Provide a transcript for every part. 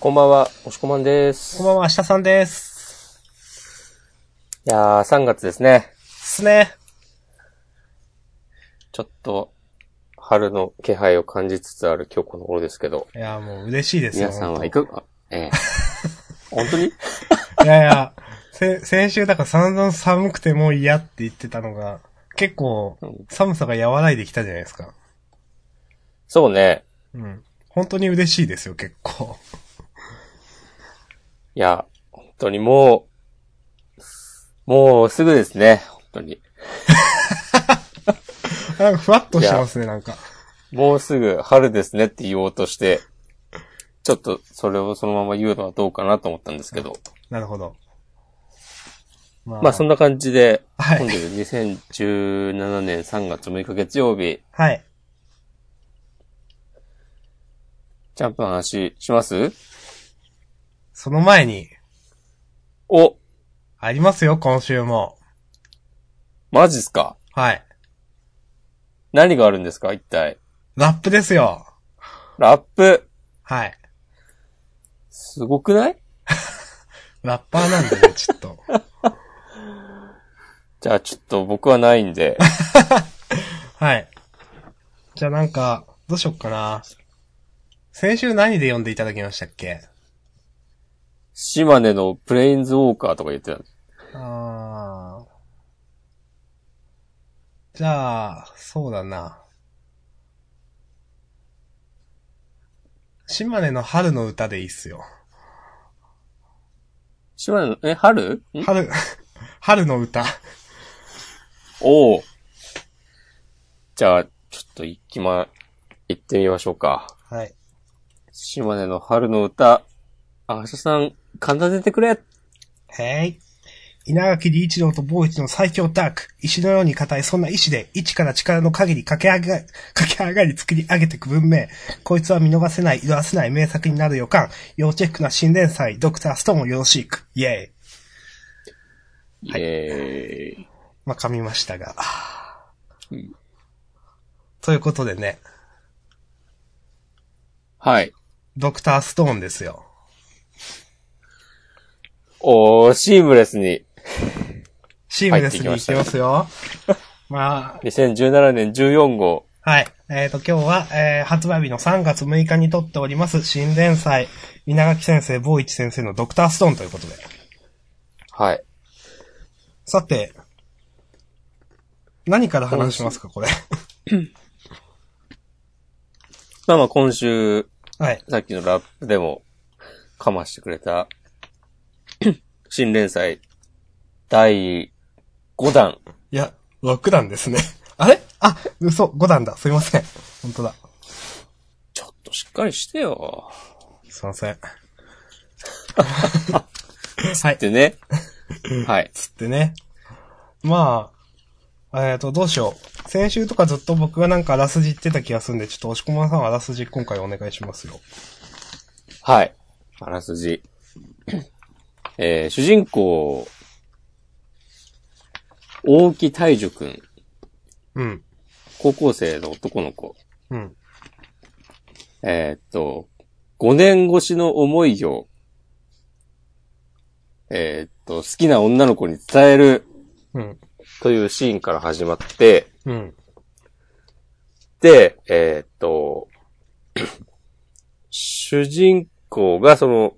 こんばんは、おしこまんです。こんばんは、明日さんです。いやー、3月ですね。すね。ちょっと、春の気配を感じつつある今日この頃ですけど、いや、もう嬉しいですよ。皆さんはい本かが、 ええ本当に当いやいや、せ 先週だから散々寒くてもう嫌って言ってたのが、結構うん寒さが和らいできたじゃないですか。そうね。うん。本当に嬉しいですよ、結構。 いや、本当にもう、もうすぐですね。本当に。なんかふわっとしてますね、なんか。もうすぐ春ですねって言おうとして、ちょっとそれをそのまま言うのはどうかなと思ったんですけど。なるほど。ままあそんな感じで、はい本日2017年3月6日月曜日、はい。ジャンプの話しますその前に、おありますよ、今週も。マジっすかはい。何があるんですか一体。ラップですよ。ラップ、はい。すごくないラッパーなんでね、ちょっと。じゃあちょっと僕はないんで。はい。じゃあなんか、どうしよっかな。先週何で読んでいただきましたっけ島根のプレインズウォーカーとか言ってた。あー。じゃあ、そうだな。島根の春の歌でいいっすよ。島根の、え、春ん春、 春の歌。おお。じゃあ、ちょっと行きま、行ってみましょうか。はい。島根の春の歌。あ、明日さん、奏でてくれへい。稲垣理一郎と某一の最強ダーク。石のように硬いそんな石で、一から力の限り駆け上が、駆け上がり作り上げてく文明。こいつは見逃せない、色褪せない名作になる予感。要チェックな新連載、ドクターストーンをよろしく。イェーイ。イエーイ。まあ、噛みましたが。うんということでね、はい。ドクターストーンですよ。おー、シームレスに。シームレスに行きますよ。まあ、 2017年14号。はい。えっ、と、今日は、えー発売日の3月6日に撮っております、新連載、稲垣先生、坊一先生のドクターストーンということで。はい。さて、何から話しますか、これ。まあまあ今週、はい。さっきのラップでもかましてくれた、 新連載第5弾。いや、6段ですね。 あれあ、嘘、5段だ。すいません。本当だ。ちょっとしっかりしてよ。すいません。 はい。でね。はい。つってね。まあ、えっ、と、どうしよう。先週とかずっと僕がなんかあらすじ言ってた気がするんで、ちょっと押し込まさんはあらすじ今回お願いしますよ。はい。あらすじ。えー主人公、大木大樹くん、うん。高校生の男の子。うん。えーっと、5年越しの思いを、えーっと、好きな女の子に伝えるうん。というシーンから始まって、うん。で、えーっと、主人公がその、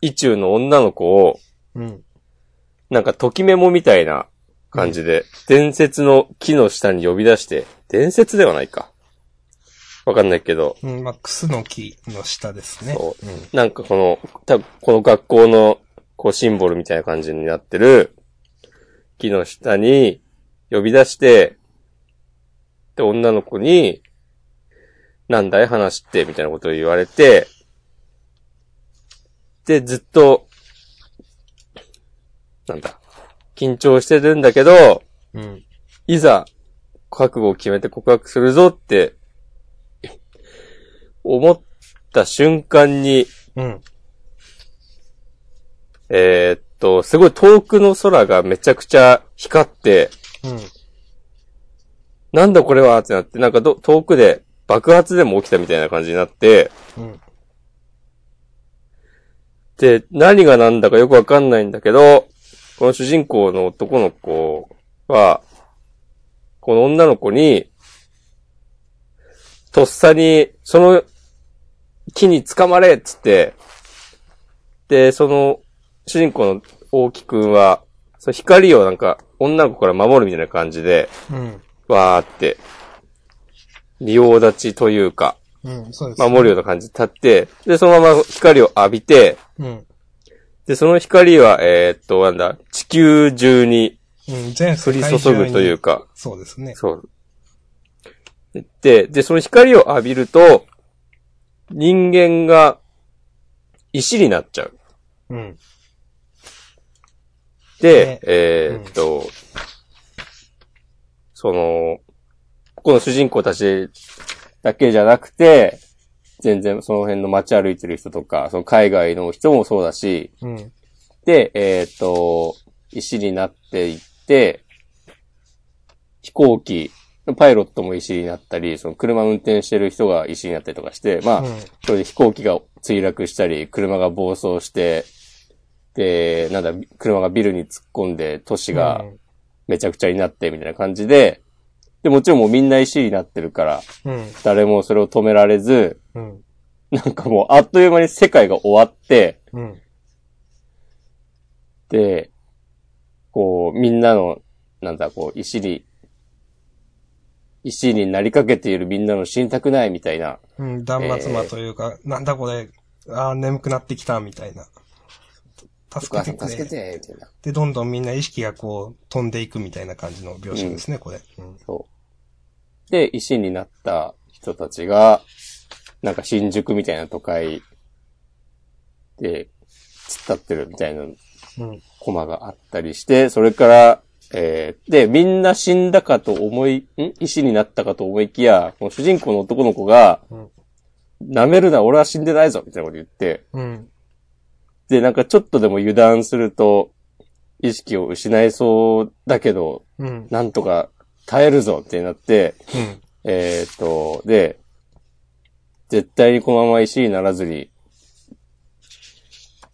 意中の女の子を、うん。なんか、ときメモみたいな感じで、伝説の木の下に呼び出して、伝説ではないか。わかんないけど、うん。まあ、クスの木の下ですね。。そうなんかこの、たこの学校の、こう、シンボルみたいな感じになってる、木の下に呼び出して、で、女の子に、なんだい話って、みたいなことを言われて、で、ずっと、なんだ、緊張してるんだけど、ん。うん。いざ、覚悟を決めて告白するぞって、思った瞬間に、うん。えーっと、すごい遠くの空がめちゃくちゃ光って、うん。なんだこれはってなって、なんかど遠くで爆発でも起きたみたいな感じになって、うん。で、何が何だかよくわかんないんだけど、この主人公の男の子は、この女の子に、とっさに、その木に掴まれっつって、で、その、主人公の大木くんは、その光をなんか、女の子から守るみたいな感じで、うん。わーって、仁王立ちというか、うん、そうです。守るような感じで立って、で、そのまま光を浴びて、うん。で、その光は、えーっと、なんだ、地球中にうん、全降世り界注ぐといううか、そうですね。そう。で、で、その光を浴びると、人間が石になっちゃう。うん。でね、えーっと、その、この主人公たちだけじゃなくて、全然その辺の街歩いてる人とか、その海外の人もそうだし、うん。で、えーっと、石になっていって、飛行機、パイロットも石になったり、その車運転してる人が石になったりとかして、まあ、うんそれで飛行機が墜落したり、車が暴走して、で、なんだ、車がビルに突っ込んで、都市がめちゃくちゃになって、みたいな感じで、で、もちろんもうみんな石になってるから、うん。誰もそれを止められず、うん。なんかもうあっという間に世界が終わって、うん。で、こう、みんなの、なんだ、こう、石に、石になりかけているみんなの死にたくないみたいな、うん。断末魔というか、なんだこれ、ああ、眠くなってきた、みたいな。お助母けさんてく助けれ。て、みたいな。で、どんどんみんな意識がこう、飛んでいくみたいな感じの描写ですね、これ。うん。そう。で、石になった人たちが、なんか新宿みたいな都会で、突っ立ってるみたいなうん。コマがあったりして、それから、えーで、みんな死んだかと思い、ん石になったかと思いきや、この主人公の男の子が、うん舐めるな、俺は死んでないぞみたいなこと言って、うん。で、なんかちょっとでも油断すると、意識を失いそうだけど、うん。なんとか耐えるぞってなって、うん。えーっと、で、絶対にこのまま石にならずに、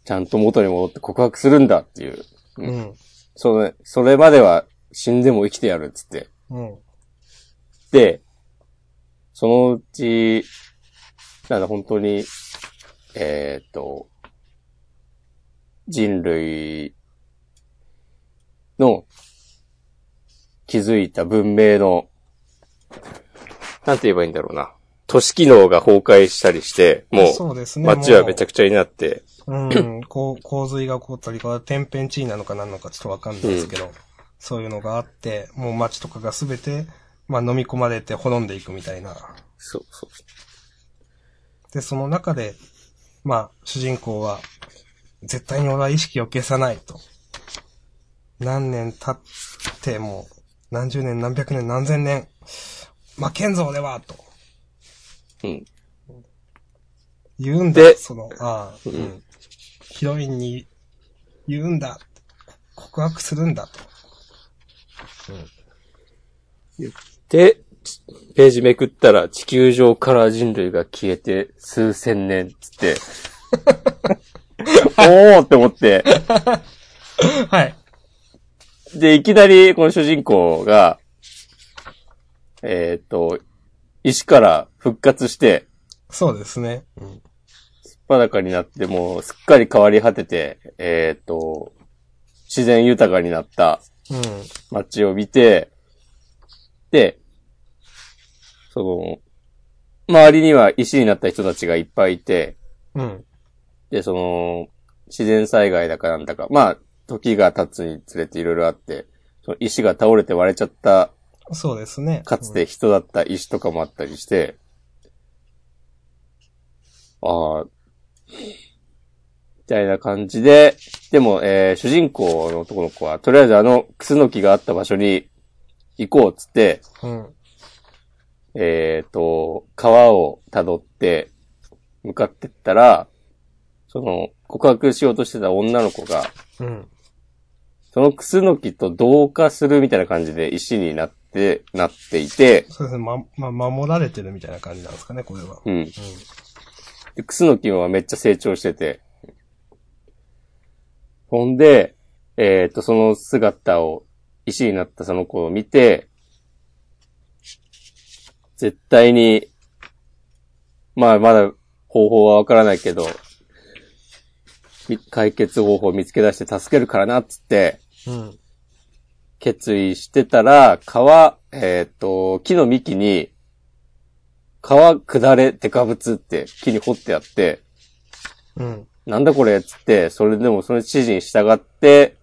ちゃんと元に戻って告白するんだっていう。うん。それ、それまでは死んでも生きてやるっつって。うん。で、そのうち、なんだ、本当に、えーっと、人類の気づいた文明の、なんて言えばいいんだろうな。都市機能が崩壊したりして、もう、そうですね。街はめちゃくちくちゃになって、ゃ。うん。こう、洪水が起こったり、これは天変地異なのか何なのかちょっとわかんないですけど、そういうのがあって、もう街とかがすべて、まあ飲み込まれて滅んでいくみたいな。そうそう。で、その中で、まあ、主人公は、絶対に俺は意識を消さないと。何年経っても、何十年、何百年、何千年、負けんぞ俺はとうん。言うんだで。その、ああ、ううんん。ヒロインに言うんだ。告白するんだと。で、ちページめくったら地球上から人類が消えて数千年っつって、おーって思って、はい。で、いきなりこの主人公が、えーっと、石から復活して、そうですね。うん。裸になって、もうすっかり変わり果てて、えーっと、自然豊かになったうん。街を見て、で、その、周りには石になった人たちがいっぱいいて、うん。で、その、自然災害だかなんだか、まあ、時が経つにつれていろいろあって、その石が倒れて割れちゃった、そうですね。かつて人だった石とかもあったりして、ああ、みたいな感じで、でも、えー主人公の男の子は、とりあえずあの、クスノキがあった場所に行こうっつって、うん。えっ、と、川を辿って向かってったら、その、告白しようとしてた女の子が、うん。そのクスノキと同化するみたいな感じで石になって、なっていて、そうですね。ま、ま、守られてるみたいな感じなんですかね、これは。うん。でクスノキはめっちゃ成長してて、ほんで、えっ、と、その姿を、石になったその子を見て、絶対に、まあ、まだ方法はわからないけど、み解決方法を見つけ出して助けるからな、っつって、うん。決意してたら、川、えっ、と、木の幹に、川下れ、デカブツって木に掘ってあって、うん。なんだこれっつって、それでもその指示に従って、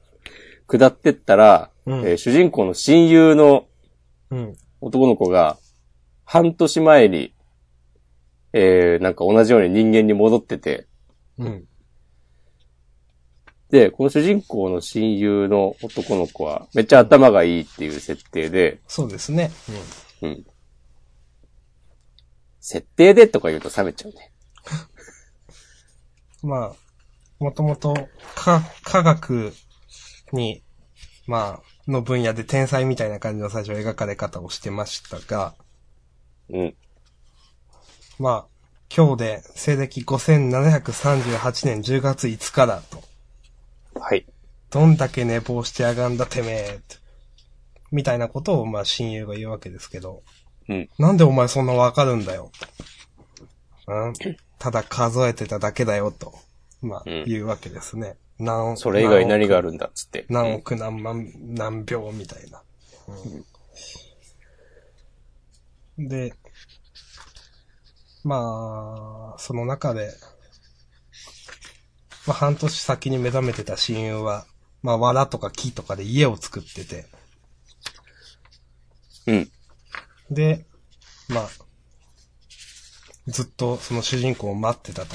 下ってったら、うんえー主人公の親友のうん。男の子が、半年前に、えー、なんか同じように人間に戻ってて、うん。で、この主人公の親友の男の子は、めっちゃ頭がいいっていう設定で、そうですね。うん。設定でとか言うと冷めちゃうね。うん。まあ、もともと、科、科学に、まあ、の分野で天才みたいな感じの最初描かれ方をしてましたが、うん。まあ、今日で西暦5738年10月5日だと。はい。どんだけ寝坊してあがんだてめえとみたいなことを、まあ、親友が言うわけですけど。うん。なんでお前そんなわかるんだよ。うん。ただ数えてただけだよ、と。まあ、うん言うわけですね。何それ以外に何があるるんだっつって。何億何万、何秒みたいな。うん、で、まあ、その中で、まあ半年先に目覚めてた親友は、まあ、藁とか木とかで家を作ってて、うん。で、まあ、ずっとその主人公を待ってたと。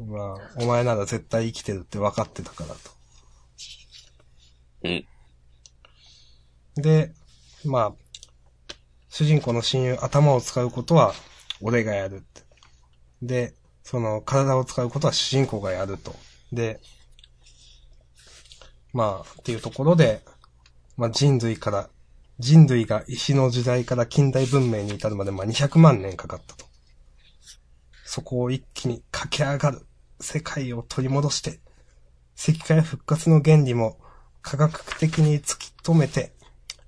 まあ、お前なら絶対生きてるって分かってたからと。うん。で、まあ、主人公の親友、頭を使うことは、俺がやるって。で、その、体を使うことは主人公がやると。で、まあ、っていうところで、まあ人類から、人類が石の時代から近代文明に至るまで、まあ200万年かかったと。そこを一気に駆け上がる。世界を取り戻して、石化や復活の原理も科学的に突き止めて、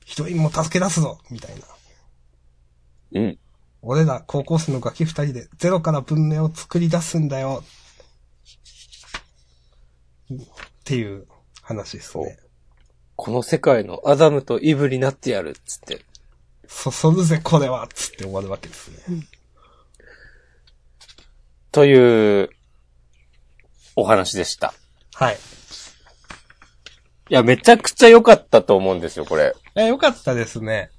ヒロインも助け出すぞみたいな。うん。俺ら高校生のガキ二人でゼロから文明を作り出すんだよっていう話ですね。この世界のアダムとイブになってやるっつって。そそるぜこれはっつって終わるわけですね。という、お話でした。はい。いや、めちゃくちゃ良かったと思うんですよ、これ。え、よかったですね。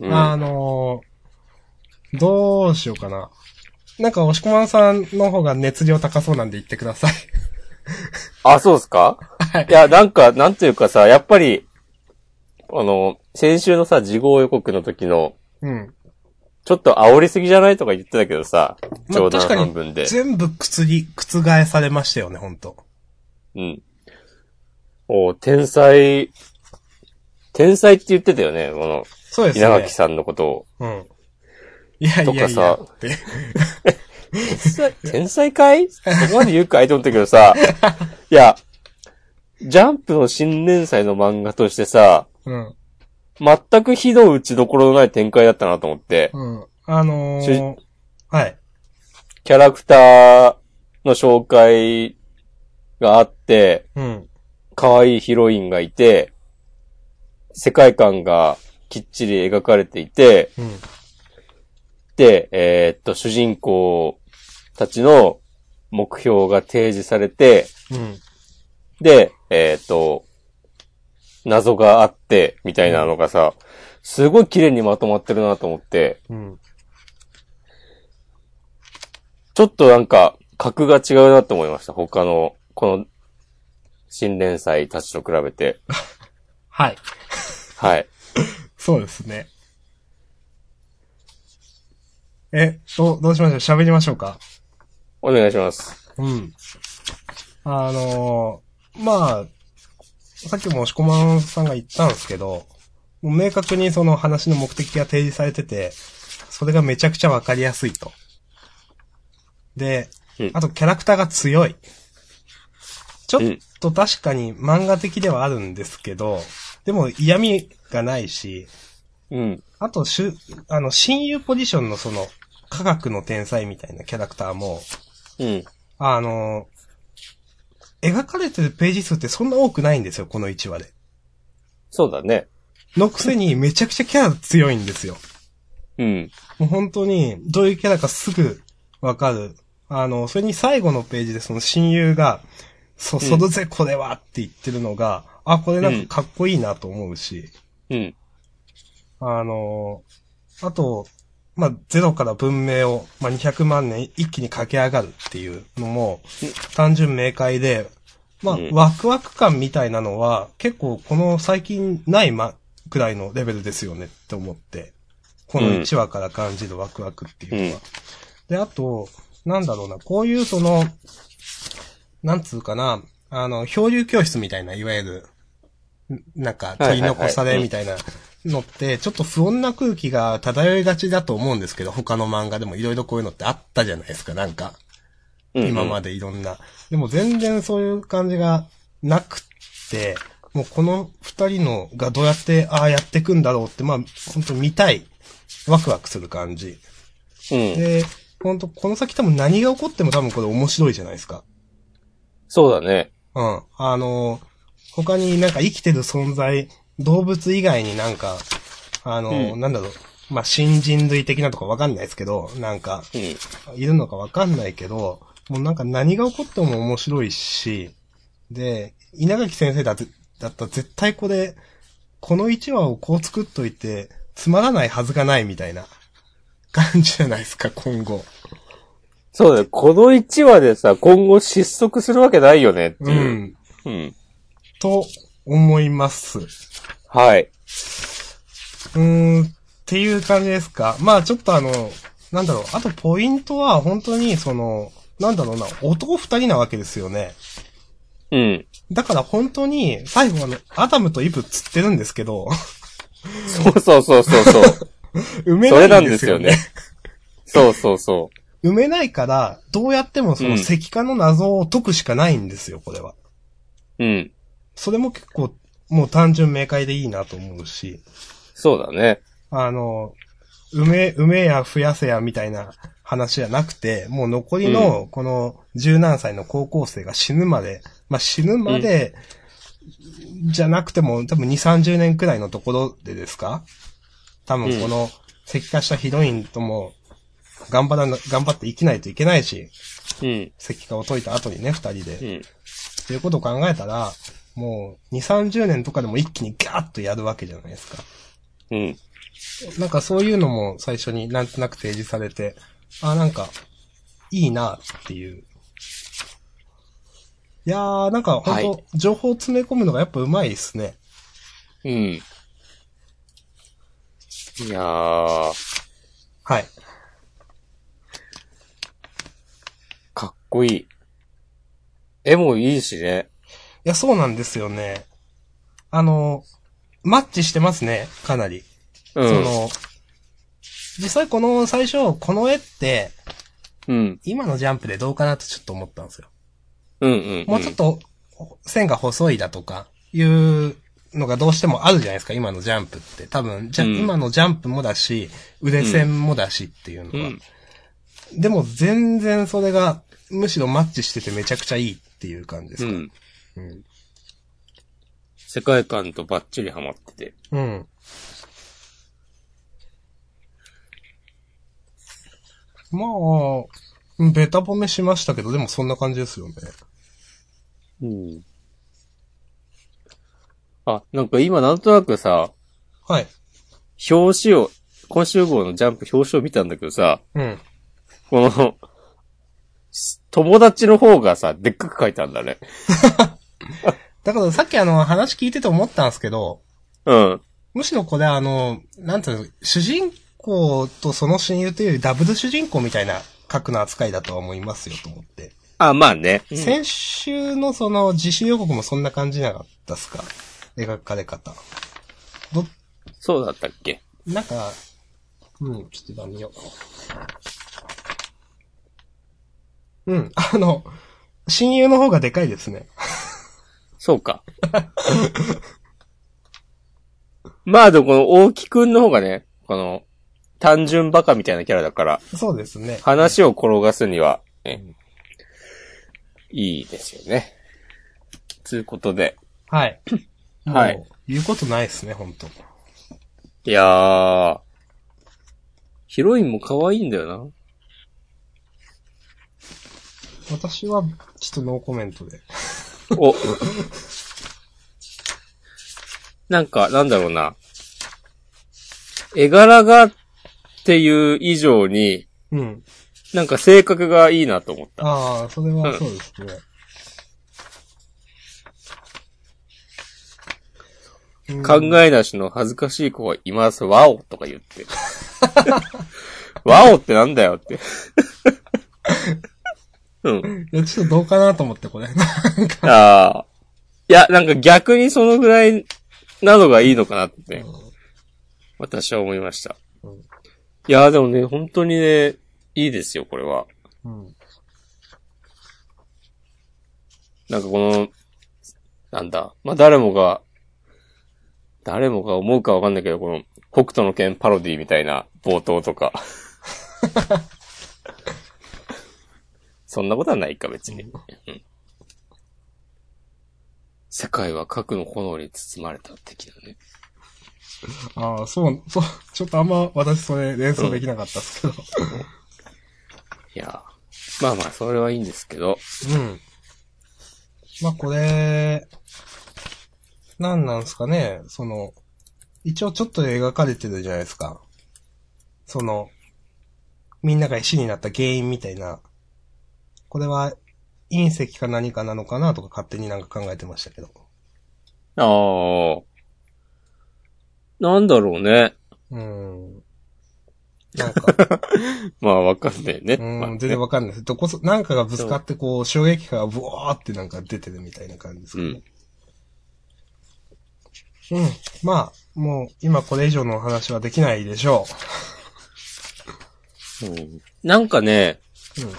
うん。あのーどうしようかな。なんか、押し込まんさんの方が熱量高そうなんで言ってくだ さい。あ、そうですかはい。いや、なんか、なんというかさ、やっぱり、あの、先週のさ、事後予告の時の、うん。ちょっと煽りすぎじゃないとか言ってたけどさ、まあ冗談確かに半分で。全部くつり、覆されましたよね、ほんと。うん。お天才、天才って言ってたよね、この、そうですね。稲垣さんのことを。うん。いやいやいや。とかさって天才、天才かいそこまで言うかいと思ったけどさ、いや、ジャンプの新連載の漫画としてさ、うん。全く非の打ちどころのない展開だったなと思って、うん。あのー、はい。キャラクターの紹介があって、うん。可愛いヒロインがいて、世界観がきっちり描かれていて、うん。で、えーっと、主人公たちの目標が提示されて、うん。で、えっ、と、謎があって、みたいなのがさ、すごい綺麗にまとまってるなと思って、うん。ちょっとなんか、格が違うなと思いました。他の、この、新連載たちと比べ て。はい。はい。そうですね。え、どう、どうしましょう喋りましょうかお願いします。うん。あのーまあ、さっきも押し込まんさんが言ったんですけど、もう明確にその話の目的が提示されてて、それがめちゃくちゃわかりやすいと。でうん、あとキャラクターが強い。ちょっと確かに漫画的ではあるんですけど、でも嫌味がないし、うん。あと、しゅ、あの、親友ポジションのその、科学の天才みたいなキャラクターも、うん。あの、描かれてるページ数ってそんな多くないんですよ、この1話で。そうだね。のくせにめちゃくちゃキャラ強いんですよ。うん。もう本当に、どういうキャラかすぐわかる。あの、それに最後のページでその親友が、そ、そだぜこれはって言ってるのが、あ、これなんかかっこいいなと思うし、うん。あの、あと、まあ、ゼロから文明を、まあ、200万年一気に駆け上がるっていうのも、単純明快で、まあうん、ワクワク感みたいなのは、結構この最近ないま、くらいのレベルですよねって思って、この1話から感じるワクワクっていうのは。で、あと、なんだろうな、こういうその、なんつうかな、あの、漂流教室みたいな、いわゆる、んなんか、取り残されみたいなのって、ちょっと不穏な空気が漂いがちだと思うんですけど、他の漫画でもいろいろこういうのってあったじゃないですか、なんか。うん。今までいろんな。でも全然そういう感じがなくって、もうこの二人のがどうやって、ああやっていくんだろうって、まあ、本当見たい。ワクワクする感じ。うん。で、本当この先多分何が起こっても多分これ面白いじゃないですか。そうだね。うん。あの、他になんか生きてる存在、動物以外になんか、あの、うんなんだろう、まあ、新人類的なとかわかんないですけど、なんか、うん。いるのかわかんないけど、もうなんか何が起こっても面白いし、で、稲垣先生だぜだったら絶対これ、この1話をこう作っといて、つまらないはずがないみたいな感じじゃないですか、今後。そうだね。この1話でさ、今後失速するわけないよねってういう。ん。うん。と思います。うはい。ーん、っていう感じですか。まあちょっとあの、なんだろう、あとポイントは本当にその、なんだろうな、男二人なわけですよね。うん。だから本当に、最後あの、アダムとイブ釣ってるんですけど、 そうそうそうそうそう。埋めそれなないんんでですすよよねね。。 そうそうそ 埋めないから、どうやってもそのうん石化の謎を解くしかないんですよ、これは。う。うん。それも結構、もう単純明快でいいなと思うし、そうだね。あの、埋め、埋めや増やせやみたいな話じゃなくて、もう残りの、この十何歳の高校生が死ぬまで、まあ死ぬまで、じゃなくても、多分2、30年くらいのところでですか多分この、石化したヒロインとも、頑張らな、頑張って生きないといけないし、うん。石化を解いた後にね、二人で。うっん。ていうことを考えたら、もう、2、30年とかでも一気にガーッとやるわけじゃないですか。うん。なんかそういうのも最初になんとなく提示されて、あ、なんか、いいなっていう。いやー、なんか本当、は情報詰め込むのがやっぱ上手いですね。うん。いやー、はい。かっこいい。絵もいいしね。いや、そうなんですよね。あの、マッチしてますね、かなり。うん。その、実際この最初、この絵って、うん。今のジャンプでどうかなとちょっと思ったんですよ。うんうん。もうちょっと、線が細いだとか、いうのがどうしてもあるじゃないですか、今のジャンプって。多分、じゃ、うん今のジャンプもだし、腕線もだしっていううのは。ん。でも、全然それが、むしろマッチしててめちゃくちゃいいっていう感じでうすか。ん。うん。世界観とバッチリハマってて。うん。まあ、ベタ褒めしましたけど、でもそんな感じですよね。うん。あ、なんか今なんとなくさ、はい。表紙を、今週号のジャンプ表紙を見たんだけどさ、うん。この、友達の方がさ、でっかく書いたんだね。だからさっきあの、話聞いてて思ったんですけど、うん。むしろこれあの、なんていうの、主人公とその親友というよりダブル主人公みたいな格の扱いだとは思いますよと思って。あ、まあね。先週のその自主予告もそんな感じじゃなかったっすか描かれ方。ど、そうだったっけなんか、うん、ちょっと今見よう。うん、あの、親友の方がでかいですね。そうか。まあ、でもこの大木くんの方がね、この、単純バカみたいなキャラだから、そうですね。話を転がすには、ね、いいですよね。つうことで。はい。はいもう。言うことないですね、本当いやー、ヒロインも可愛いんだよな。私は、ちょっとノーコメントで。お。なんか、なんだろうな。絵柄がっていう以上に、うん。なんか性格がいいなと思った。ああ、それはそうですね。うん考えなしの恥ずかしい子がいます。ワオとか言って。ワオってなんだよ って。うん。いや、ちょっとどうかなと思って、これ。 ああ。いや、なんか逆にそのぐらいなのがいいのかなって。私は思いました。うんいやーでもね、本当にね、いいですよ、これは。うん。なんかこの、なんだ、まあ、誰もが、誰もが思うかわかんないけど、この、北斗の剣パロディみたいな冒頭とか。 そんなことはないか、別に。うん世界は核の炎に包まれた的なね。ああ、そう、そう、ちょっとあんま私それ連想できなかったですけど。いやーまあまあ、それはいいんですけど。うん。まあ、これ、なんなんですかね、その、一応ちょっと描かれてるじゃないですか。その、みんなが石になった原因みたいな。これは、隕石か何かなのかなとか勝手になんか考えてましたけど。ああ。なんだろうね。うん。なんか、まあ、わかんないね。まあう ねん、全然わかんないです。どこそ、なんかがぶつかってこう、衝撃波がブワーってなんか出てるみたいな感じですかね。うん。まあ、もう、今これ以上のお話はできないでしょうんなんかね、う。うん。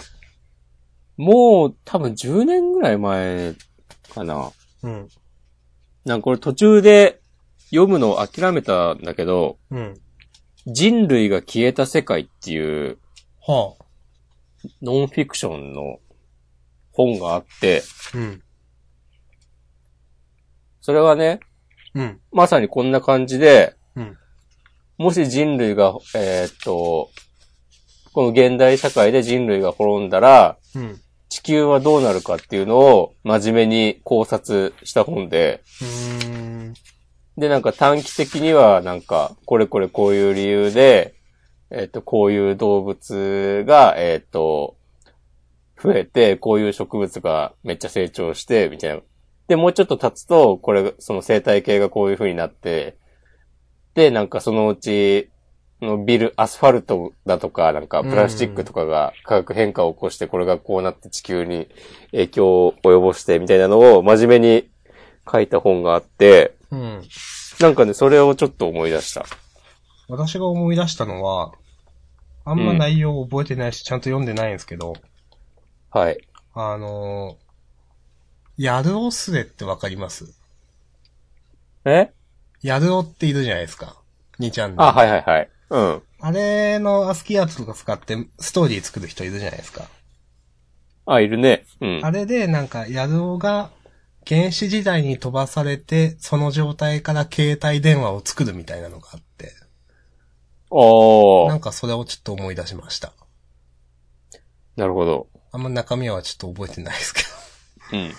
もう多分10年ぐらい前かな。うん。なんかこれ途中で読むのを諦めたんだけど、うん。人類が消えた世界っていうはあ。ノンフィクションの本があって、うん。それはね、うん。まさにこんな感じで、うん。もし人類が、えーっと、この現代社会で人類が滅んだら、うん。う地球はどうなるかっていうのを真面目に考察した本で、ーん。で、なんか短期的には、なんか、これこれこういう理由で、えっ、と、こういう動物が、えっ、と、増えて、こういう植物がめっちゃ成長して、みたいな。で、もうちょっと経つと、これ、その生態系がこういう風になって、で、なんかそのうち、そのビル、アスファルトだとか、なんかプラスチックとかが化学変化を起こして、これがこうなって地球に影響を及ぼして、みたいなのを真面目に書いた本があって、うん。なんかね、それをちょっと思い出した。私が思い出したのは、あんま内容を覚えてないし、ちゃんと読んでないんですけど、はい。あのー、ヤルオスレってわかりますえヤルオっているじゃないですか。2ちゃんで。あ、はいはいはい。うん。あれのアスキーアートとか使ってストーリー作る人いるじゃないですか。あ、いるね。うん。あれでなんか、ヤルオが原始時代に飛ばされて、その状態から携帯電話を作るみたいなのがあって、おなーん。かそれをちょっと思い出しました。なるほど。あんま中身はちょっと覚えてないですけど。うん。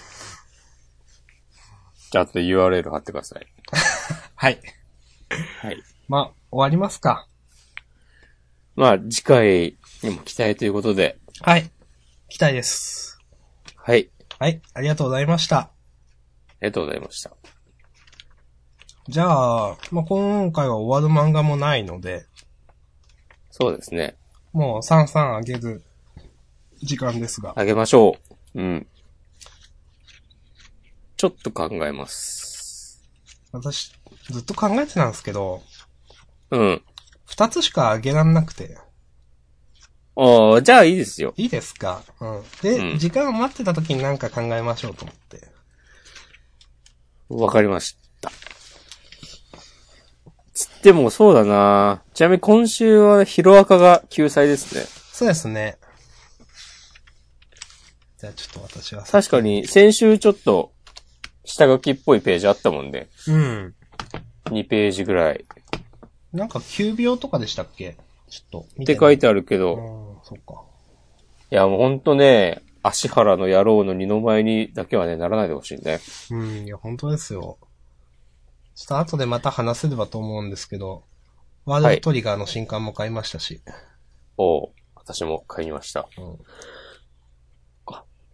じゃあ、と URL 貼ってください。はい。はい。 まあ、終わりますか。まあ、次回にも期待ということで。はい。期待です。はい。はい、ありがとうございました。ありがとうございました。じゃあ、まあ、今回は終わる漫画もないので、そうですね。もう三々あげる時間ですが。あげましょう。うん。ちょっと考えます。私、ずっと考えてたんですけど、うん。二つしかあげらんなくて。ああ、じゃあいいですよ。いいですかうん。で、うん時間を待ってた時になんか考えましょうと思って。わかりました。つってもそうだなちなみに今週はヒロアカが救済ですね。そうですね。じゃあちょっと私は。確かに先週ちょっと下書きっぽいページあったもんね。うん。 2ページぐらい。なんか9秒とかでしたっけちょっと見ってて書いて。てあるけどう、ん、そっか。いやもうほんとね、足原の野郎の二の前にだけはね、ならないでほしいね。うん、いや、本当ですよ。ちょっと後でまた話せればと思うんですけど、ワールドトリガーの新刊も買いましたし。おう私も買いました。うん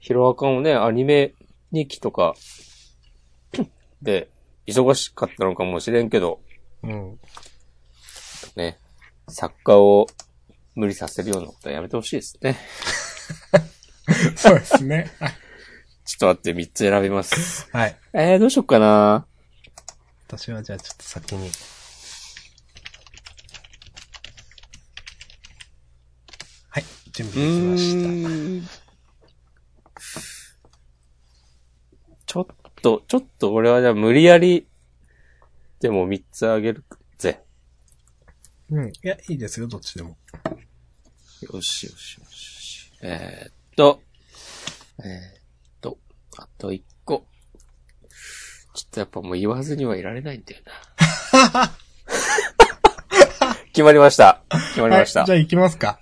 ヒロアカもね、アニメ2期とかで、忙しかったのかもしれんけど、うん。ね、作家を無理させるようなことはやめてほしいですね。 そうですね。はいちょっと待って、3つ選びます。はい。 えー、どうしよっかな私はじゃあちょっと先に。はい、準う備できました。ーん。ちょっと、ちょっと俺はじゃあ無理やり、でも3つあげるぜ。うん。いや、いいですよ、どっちでも。よしよしよし。えー、っと、えー、っと、あと1個。ちょっとやっぱもう言わずにはいられないんだよな。 決まりました。決まりました。はい、じゃあ行きますか。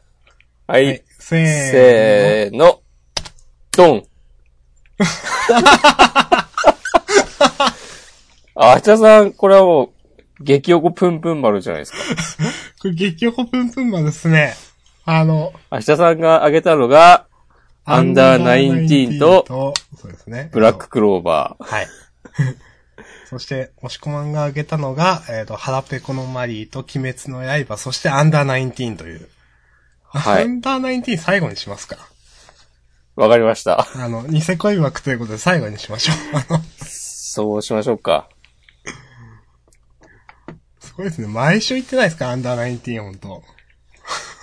はい。はい、せせーーの。の。ド ン。あ、あちゃさん、これはもう、激おこぷんぷん丸じゃないですか。これ、激おこぷんぷんまですね。あの、あちゃさんが挙げたのが、アンダーナインティーンと、そうですね。ブラッククローバー。はい。 そして、押し込まんが挙げたのが、えっ、と、腹ペコのマリーと鬼滅の刃、そしてアンダーナインティーンという。はアい。ンダーナインティーン最後にしますか。わかりました。あの、ニセ恋枠ということで最後にしましょう。あの、そうしましょうか。すごいですね。毎週言ってないですかアンダーナインティーン、ほんと。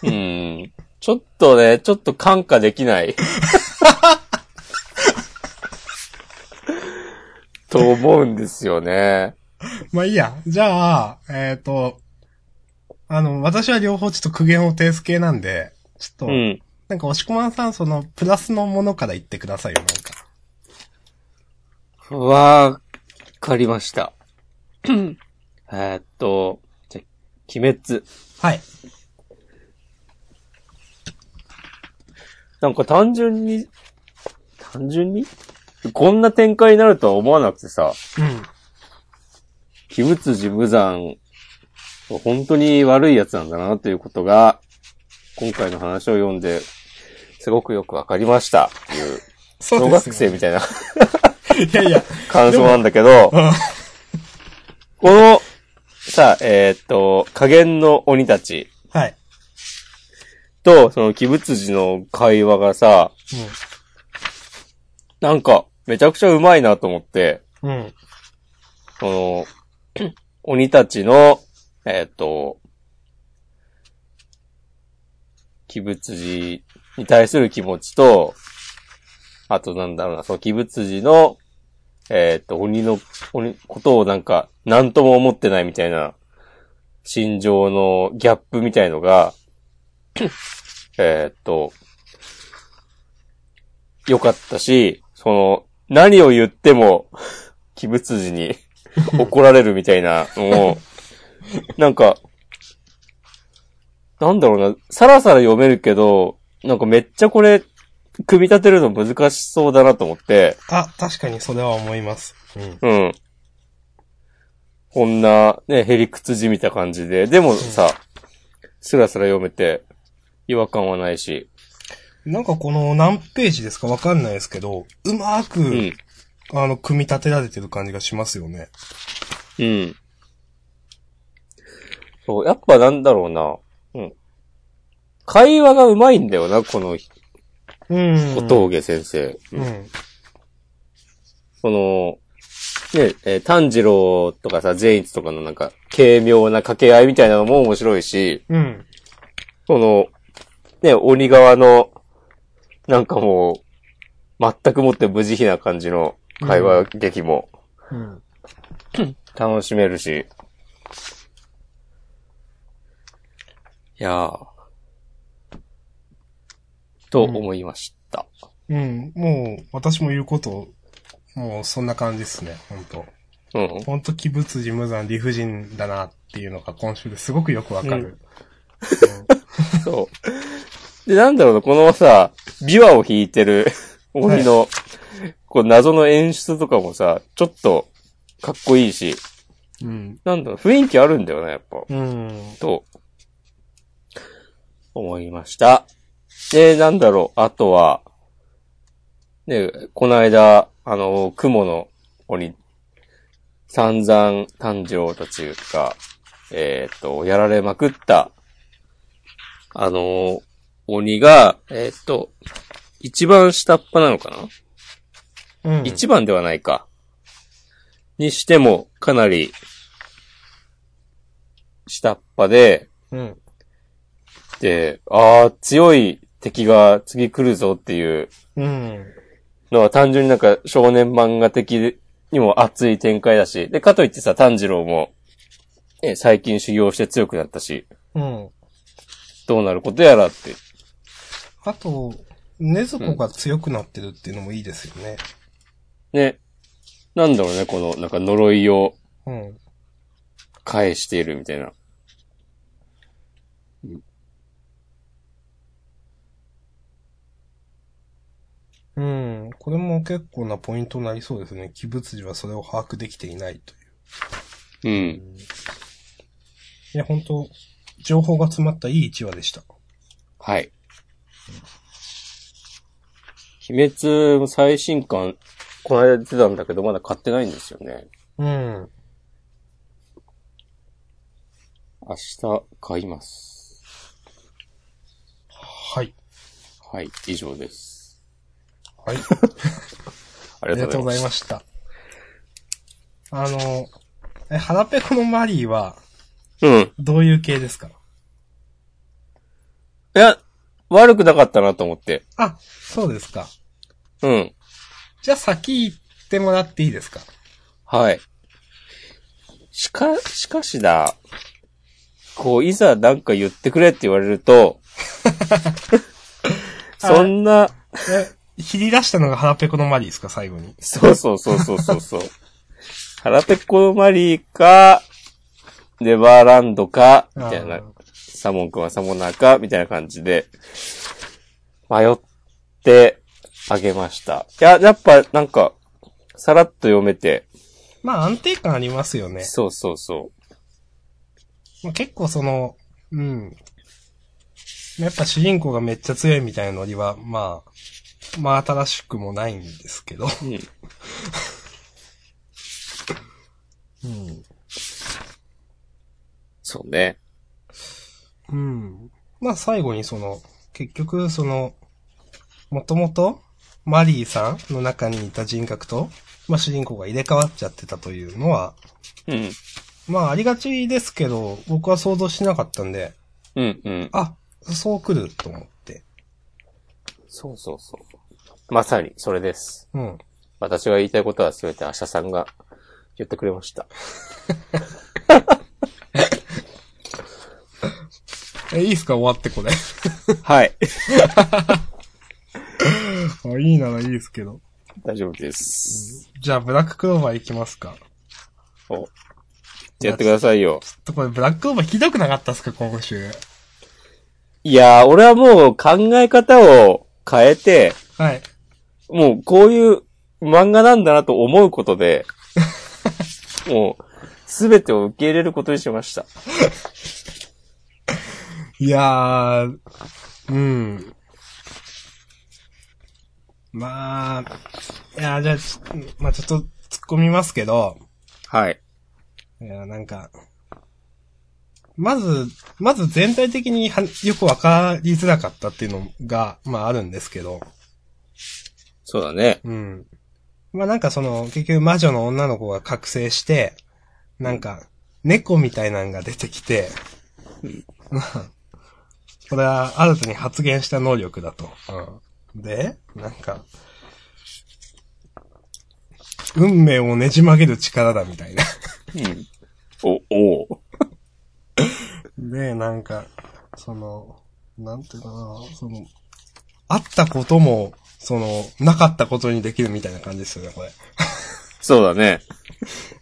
うん。ちょっとね、ちょっと感化できない。 と思うんですよね。まあいいや。じゃあ、えっ、と、あの、私は両方ちょっと苦言を呈す系なんで、ちょっと、うん。なんか押し込まんさん、その、プラスのものから言ってくださいよ、なんか。わかりました。えーっと、じゃ、鬼滅。はい。なんか単純に、単純にこんな展開になるとは思わなくてさ、うん。鬼物寺無惨、本当に悪いやつなんだなということが、今回の話を読んで、すごくよくわかりました。っていう、そ小うで学す生よ。みたいな いやいや、感想なんだけど、うん。この、さ、えーっと、加減の鬼たち、はい。と、その、鬼物寺の会話がさ、なんか、めちゃくちゃうまいなと思って、うん。うん。その、鬼たちの、えーっ、と、鬼物寺に対する気持ちと、あとなんだろうな、その鬼物寺の、えーっ、と、鬼の、鬼、ことをなんか、なんとも思ってないみたいな、心情のギャップみたいのが、えーっと、良かったし、その、何を言っても、鬼物寺に怒られるみたいなのを、なんか、なんだろうな、さらさら読めるけど、なんかめっちゃこれ、組み立てるの難しそうだなと思って、あ、確かにそれは思います。うん。うん。こんな、ね、へりくつじみた感じで、でもさ、スラスラ読めて、違和感はないし、なんかこの何ページですかわかんないですけど、うまーく、うん。あの、組み立てられてる感じがしますよね。うん。そう、やっぱなんだろうな、うん。会話が上手いんだよな、このうん小峠先生。ううんん。その、ね、えー炭治郎とかさ、善逸とかのなんか、軽妙な掛け合いみたいなのも面白いし、うん。その、ね、鬼側の、なんかもう、全くもって無慈悲な感じの会話劇も、うん。楽しめるし。いやー。と思いました。うん、もう、私も言うこと、もうそんな感じですね、本当うん。本当鬼物事無残理不尽だなっていうのが今週ですごくよくわかる。そう。で、なんだろうな、このさ、琵琶を弾いてる鬼の、こう謎の演出とかもさ、ちょっとかっこいいし、うん。なんだろう、雰囲気あるんだよね、やっぱ。うん。と、思いました。で、なんだろう、あとは、ね、この間、あの、雲の鬼、散々誕生というか、えっ、と、やられまくった、あの、鬼が、えっ、と、一番下っ端なのかな、うん。一番ではないか。にしても、かなり、下っ端で、うん。で、ああ、強い敵が次来るぞっていううん。のは単純になんか少年漫画的にも熱い展開だし、で、かといってさ、炭治郎も、ね、最近修行して強くなったし、うん。どうなることやらって。あと、ねずこが強くなってるっていうのもいいですよね。ね。なんだろうね、この、なんか呪いをうん。返しているみたいな。うん。これも結構なポイントになりそうですね。鬼物事はそれを把握できていないという。うん。いや、本当情報が詰まったいい1話でした。はい。鬼滅の最新刊、この間出てたんだけど、まだ買ってないんですよね。うん。明日買います。はい。はい、以上です。はい。あありりががととうごうざございいま。ますした。あの、え、腹ペコのマリーは、うん。どういう系ですかいや、悪くなかったなと思って。あ、そうですか。うん。じゃあ先行ってもらっていいですかはい。しか、しかしだ、こう、いざなんか言ってくれって言われる と、そんな、え、切り出したのが腹ペコのマリーですか最後に。そうそうそうそうそうそう。腹ペコマリーか、ネバーランドか、みたいあなー。サモン君はサモナーか、みたいな感じで、迷ってあげました。いや、やっぱなんか、さらっと読めて、まあ安定感ありますよね。そうそうそまあ結構その、うん。やっぱ主人公がめっちゃ強いみたいなノリは、まあ、真、まあ、新しくもないんですけど。う。うん。うん。そうね。うん。まあ最後にその、結局その、もともとマリーさんの中にいた人格と、まあ主人公が入れ替わっちゃってたというのは、うん。まあありがちですけど、僕は想像してなかったんで、うんうん。あ、そう来ると思って。そうそうそう。まさに、それです。うん。私が言いたいことは全てアシャさんが言ってくれました。え、いいっすか終わってこれ。はい。 あ、いいならいいですけど。大丈夫です。じゃあ、ブラッククローバー行きますか。お。じゃあやってくださいよ。ちょっとこれ、ブラッククローバーひどくなかったっすか、今週。いやー、俺はもう考え方を変えて、はい。もうこういう漫画なんだなと思うことで、 もう、すべてを受け入れることにしました。いやー、うん。まあ、いやー、じゃあち、まあちょっと突っ込みますけど、はい。いやー、なんか、まず、まず全体的にはよくわかりづらかったっていうのが、まああるんですけど、そうだね。うん。まあなんかその、結局魔女の女の子が覚醒して、なんか、猫みたいなのが出てきて、 まあこれは新たに発言した能力だと。で、なんか、運命をねじ曲げる力だみたいな。うん。お、おうで、なんか、その、なんていうかな、その、あったことも、その、なかったことにできるみたいな感じですよね、これ。そうだね。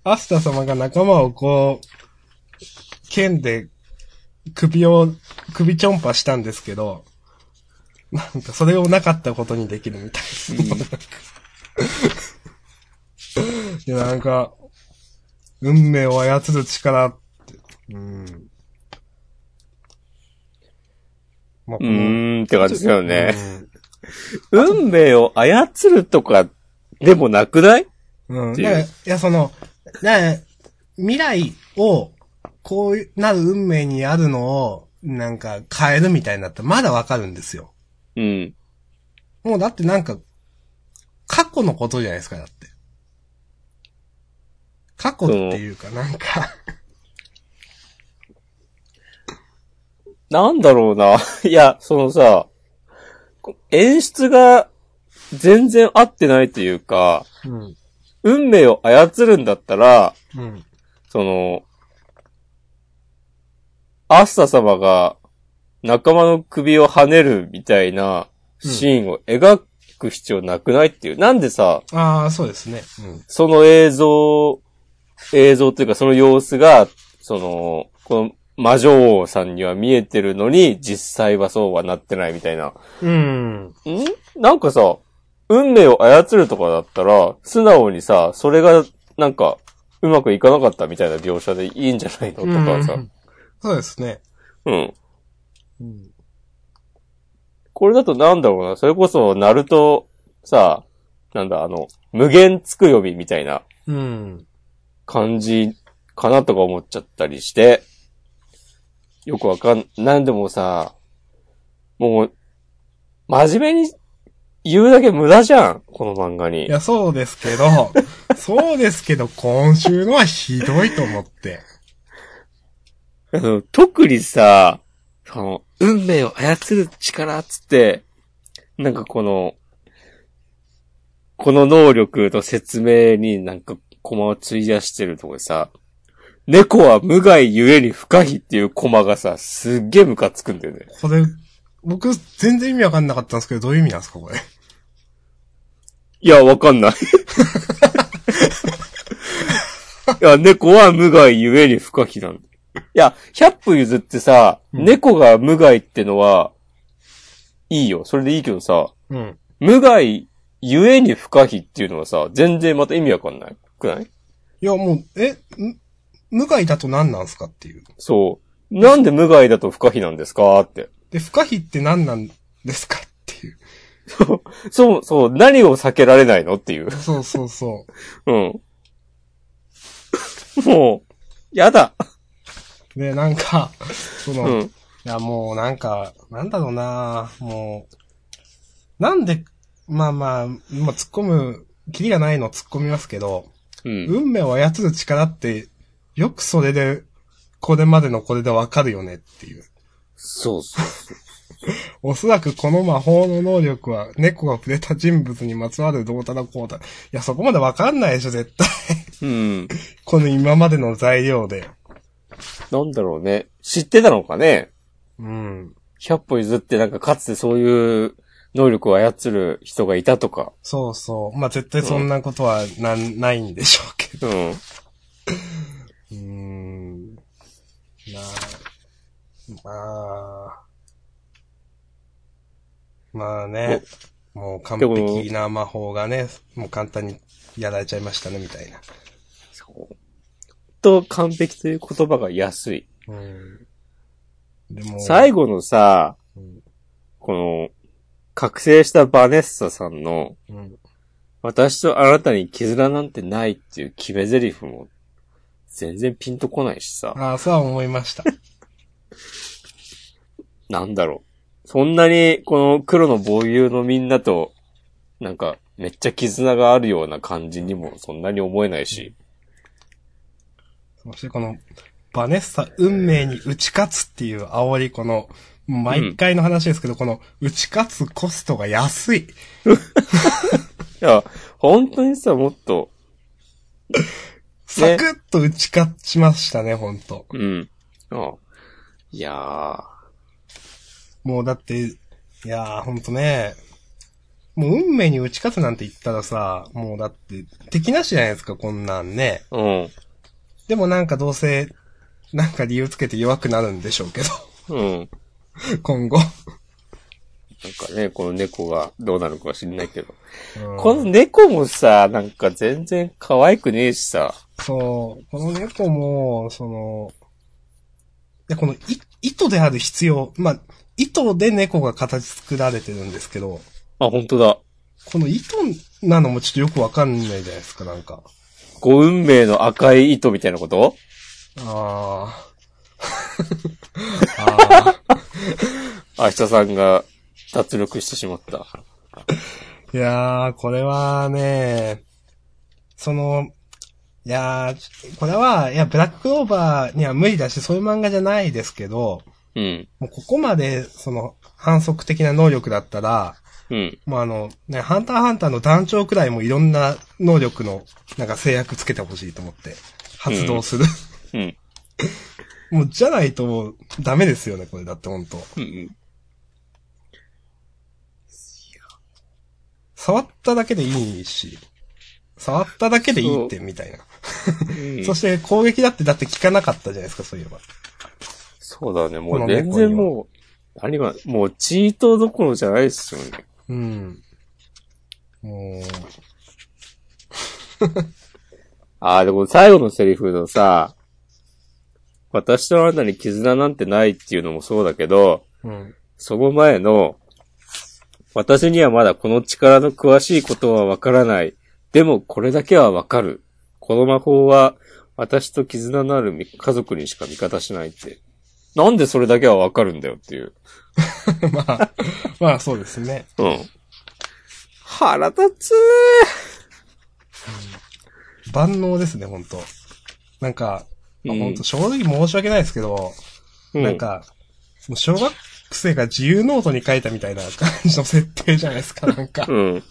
アスタ様が仲間をこう、剣で首を、首ちょんぱしたんですけど、なんかそれをなかったことにできるみたいです。で、なんか、運命を操る力って、うん。まあ、うこのーんって感じだよね。運命を操るとかでもなくないうん。っていいうや、いや、その、な、未来を、こうなる運命にあるのを、なんか変えるみたいになってまだわかるんですよ。うん。もうだってなんか、過去のことじゃないですか、だって。過去っていうか、なんか、なんだろうな。 いや、そのさ、こ演出が全然合ってないというか、うん。運命を操るんだったら、うん。その、アッサ様が仲間の首を跳ねるみたいなシーンを描く必要なくないっていう。なんでさ、ああ、そうですね。その映像、映像というかその様子が、その、この魔女王さんには見えてるのに、実際はそうはなってないみたいな。うん。うん。んなんかさ、運命を操るとかだったら、素直にさ、それが、なんか、うまくいかなかったみたいな描写でいいんじゃないのとかさ。そうですね。うん。うん。これだとなんだろうな、それこそ、ナルト、さ、なんだ、あの、無限つくよびみたいなうん。感じかなとか思っちゃったりして、よくわかん、なんでもさ、もう、真面目に言うだけ無駄じゃん、この漫画にい。や、そうですけど、 そうですけど、今週のはひどいと思って。あの、特にさ、その、運命を操る力っつって、なんかこの、この能力の説明になんかコマを費やしてるとこでさ、猫は無害ゆえに不可避っていうコマがさ、すっげえムカつくんだよね。これ、僕、全然意味わかんなかったんですけど、どういう意味なんですか、これ。いや、わかんない。いや、猫は無害ゆえに不可避なんだ。いや、100歩譲ってさ、うん猫が無害ってのは、いいよ。それでいいけどさ、うん。無害ゆえに不可避っていうのはさ、全然また意味わかんないくないいや、もう、え、ん無害だと何なんすかっていう。そう。なんで無害だと不可避なんですかって。で、不可避って何なんですかっていう。そう、そう、何を避けられないのっていう。そうそうそうん。もう、やだ。う。で、なんか、その、ういん。や、もうなんか、なんだろうなもう、なんで、まあまあ、まあ、突っ込む、キリがないの突っ込みますけど、うん。運命を操る力って、よくそれで、これまでのこれでわかるよねっていう。そうそう。おそらくこの魔法の能力は猫が触れた人物にまつわるどうたらこうたら。いや、そこまでわかんないでしょ、絶対。うん。この今までの材料で。なんだろうね。知ってたのかねうん。 100歩譲ってなんかかつてそういう能力を操る人がいたとか。そうそう。まあ、絶対そんなことはなん、ないんでしょうけど。うん。うーん。まあ、まあ。まあね。もう完璧な魔法がね、もう簡単にやられちゃいましたね、みたいな。そう。と、完璧という言葉が安い。うん。でも、最後のさ、うんこの、覚醒したバネッサさんの、うん。私とあなたに絆なんてないっていう決め台詞も、全然ピンとこないしさ、ああ、そうは思い ました。なんだろう。そんなに、この黒の防友のみんなと、なんか、めっちゃ絆があるような感じにも、そんなに思えないし、そしてこの、バネッサ運命に打ち勝つっていう煽り、この、毎回の話ですけど、この、打ち勝つコストが安い。いや、本当にさ、もっと、サクッと打ち勝ちましたね、ほんと。うん。あいやー。もうだって、いやーほんとね、もう運命に打ち勝つなんて言ったらさ、もうだって、敵なしじゃないですか、こんなんね。うん。でもなんかどうせ、なんか理由つけて弱くなるんでしょうけど、 うん。今後。なんかね、この猫がどうなるかは知んないけど。うんこの猫もさ、なんか全然可愛くねえしさ。そう、この猫も、その、でこのい糸である必要、まあ、糸で猫が形作られてるんですけど、あ、本当だ。この糸なのもちょっとよくわかんないじゃないですか、なんか。ご運命の赤い糸みたいなことあーあ明日さんが脱力してしまった。 ー。いやー、これはね、その、いやー、これは、いや、ブラッククローバーには無理だし、そういう漫画じゃないですけど、うん。もうここまで、その、反則的な能力だったら、うん。もうあの、ね、ハンターハンターの団長くらいもいろんな能力の、なんか制約つけてほしいと思って、発動する。うん。 もう、じゃないと、ダメですよね、これだってほんと。うん。触っただけでいいし、触っただけでいいって、みたいな。うんそして攻撃だって、だって効かなかったじゃないですか、そういえば。そうだね。もこのう全猫には然もう、何が、もうチートどころじゃないっすよね。うん。もああ、でも最後のセリフのさ、私とあなたに絆なんてないっていうのもそうだけど、う、うん。 その前の、私にはまだこの力の詳しいことはわからない。でもこれだけはわかる。この魔法は私と絆のある家族にしか味方しないって。なんでそれだけはわかるんだよっていう。まあ、まあそうですね。うん。腹立つ万能ですね、ほんと。なんか、ーまあ、ほんと、正直申し訳ないですけど、うなん、か、もう小学生が自由ノートに書いたみたいな感じの設定じゃないですか、なん かう。ん。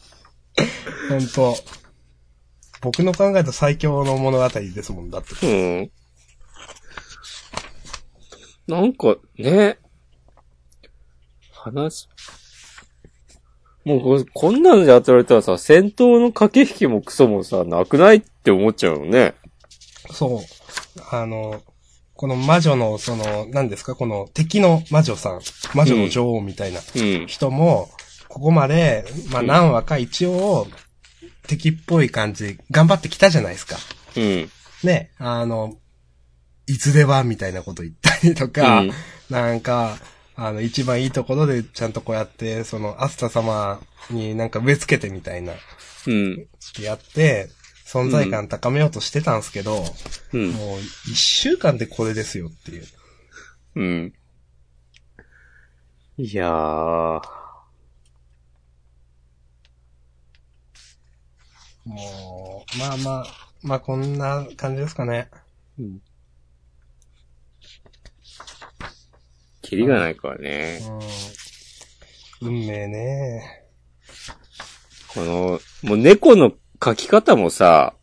ほんと。僕の考えた最強の物語ですもんだって。うん。なんか、ね。話、もうこ、こんなので当てられたらさ、戦闘の駆け引きもクソもさ、なくないって思っちゃうよね。そう。あの、この魔女の、その、何ですか、この敵の魔女さん、魔女の女王みたいなうん。人も、ここまで、まあうん何話か一応、敵っぽい感じで頑張ってきたじゃないですか。うん。ね、あの、いつではみたいなこと言ったりとか、うんなんか、あの、一番いいところでちゃんとこうやって、その、アスタ様になんか植え付けてみたいな、うん。やって、存在感高めようとしてたんですけど、うん。もう、一週間でこれですよっていう。うん。いやー。もう、まあまあ、まあこんな感じですかね。うん。キリがないからね。うん。運命ね。この、もう猫の描き方もさ、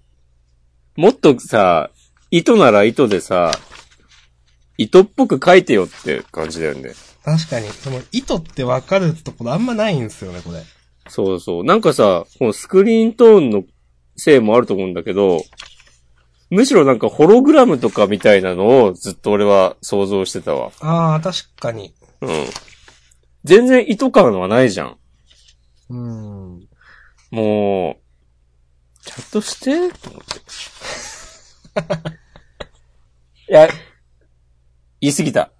もっとさ、糸なら糸でさ、糸っぽく描いてよって感じだよね。確かに、その、意図ってわかるところあんまないんですよね、これ。そうそう。なんかさ、このスクリーントーンのせいもあると思うんだけど、むしろなんかホログラムとかみたいなのをずっと俺は想像してたわ。ああ、確かに。うん。全然糸感はないじゃん。うん。もう、ちゃんとして、と思って。 いや、言い過ぎた。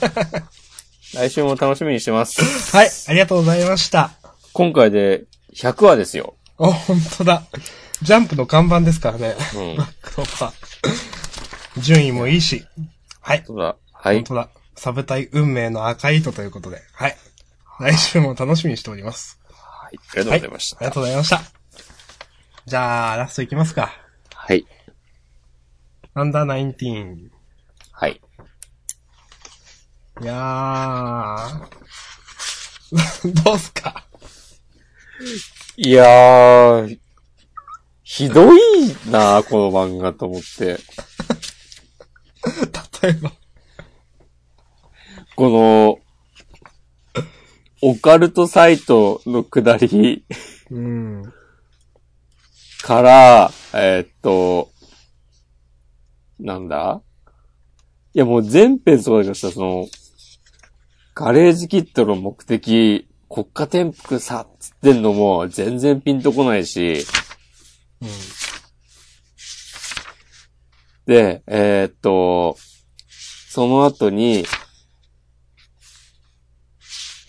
来週も楽しみにしてます。はい、ありがとうございました。今回で100話ですよ。お、本当だ。ジャンプの看板ですからね。う ん。クロッパー順位もいいし。はい。そうだ。はい本。当だ。サブ隊運命の赤い糸ということで。はい。来週も楽しみにしております。はい。ありがとうごはい。ざいました。ありがとうございました。じゃあ、ラストいきますか。はい。アンダーナインティーン。はい。いや ー。どうすかいやー、ひどいなあこの漫画と思って。例えば。この、オカルトサイトの下りうん。から、えーっと、なんだいやもう全編そうだけどさ、その、ガレージキットの目的、国家転覆さ、つってんのも全然ピンとこないし、うん。で、えーっと、その後に、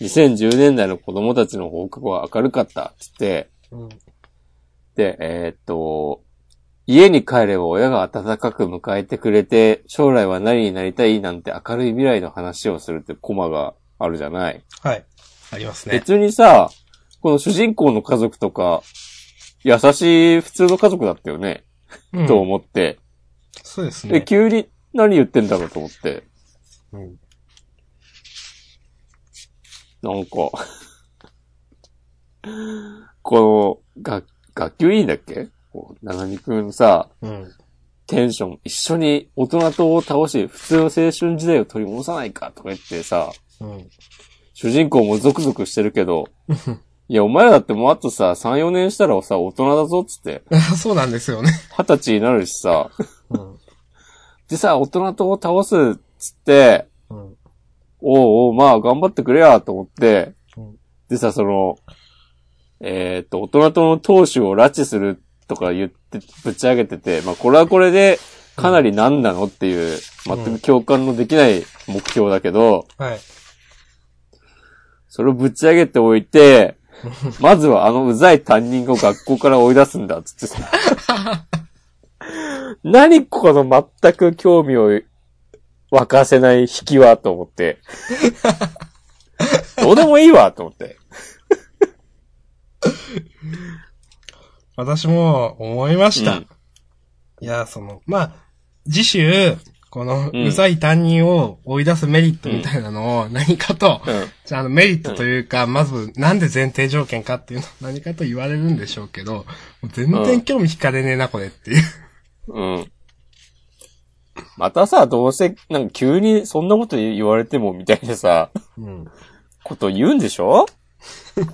2010年代の子供たちの報告は明るかった、つって、うん。で、えーっと、家に帰れば親が温かく迎えてくれて、将来は何になりたいなんて明るい未来の話をするってコマがあるじゃない。はい。ありますね。別にさ、この主人公の家族とか、優しい普通の家族だったよね、うんと思って。そうですで、ね。急に何言ってんだろうと思って。うん。なんか、この、が、学級委員だっけこう、ななみくんのさ、うん。テンション、一緒に大人とを倒し、普通の青春時代を取り戻さないかとか言ってさ、うん。主人公もゾクゾクしてるけど、いや、お前らだってもうあとさ、3、4年したらさ、大人だぞっつって、そうなん ですよね。二十歳になるしさ、うん。でさ、大人とを倒すっつって、うん。おうおう、まあ、頑張ってくれや、と思ってうん、でさ、その、えーっと、大人との投手を拉致するとか言って、ぶち上げてて、まあ、これはこれで、かなり何なのっていう、うん全く共感のできない目標だけど、はい。それをぶち上げておいて、 まずはあのうざい担任を学校から追い出すんだ、つってさ。 何この全く興味を沸かせない引きは、と思 って。どうでもいいわ、と思って。私も思いました。うんいや、その、まあ、次週、この、うんうざい担任を追い出すメリットみたいなのを何かと、うじゃあ、あの、メリットというか、まず、なんで前提条件かっていうのを 何かと言われるんでしょうけど、もう全然興味惹かれねえな、これっていん。う。うん。またさ、どうせ、なんか急にそんなこと言われても、みたいなさ、うん。こと言うんでしょち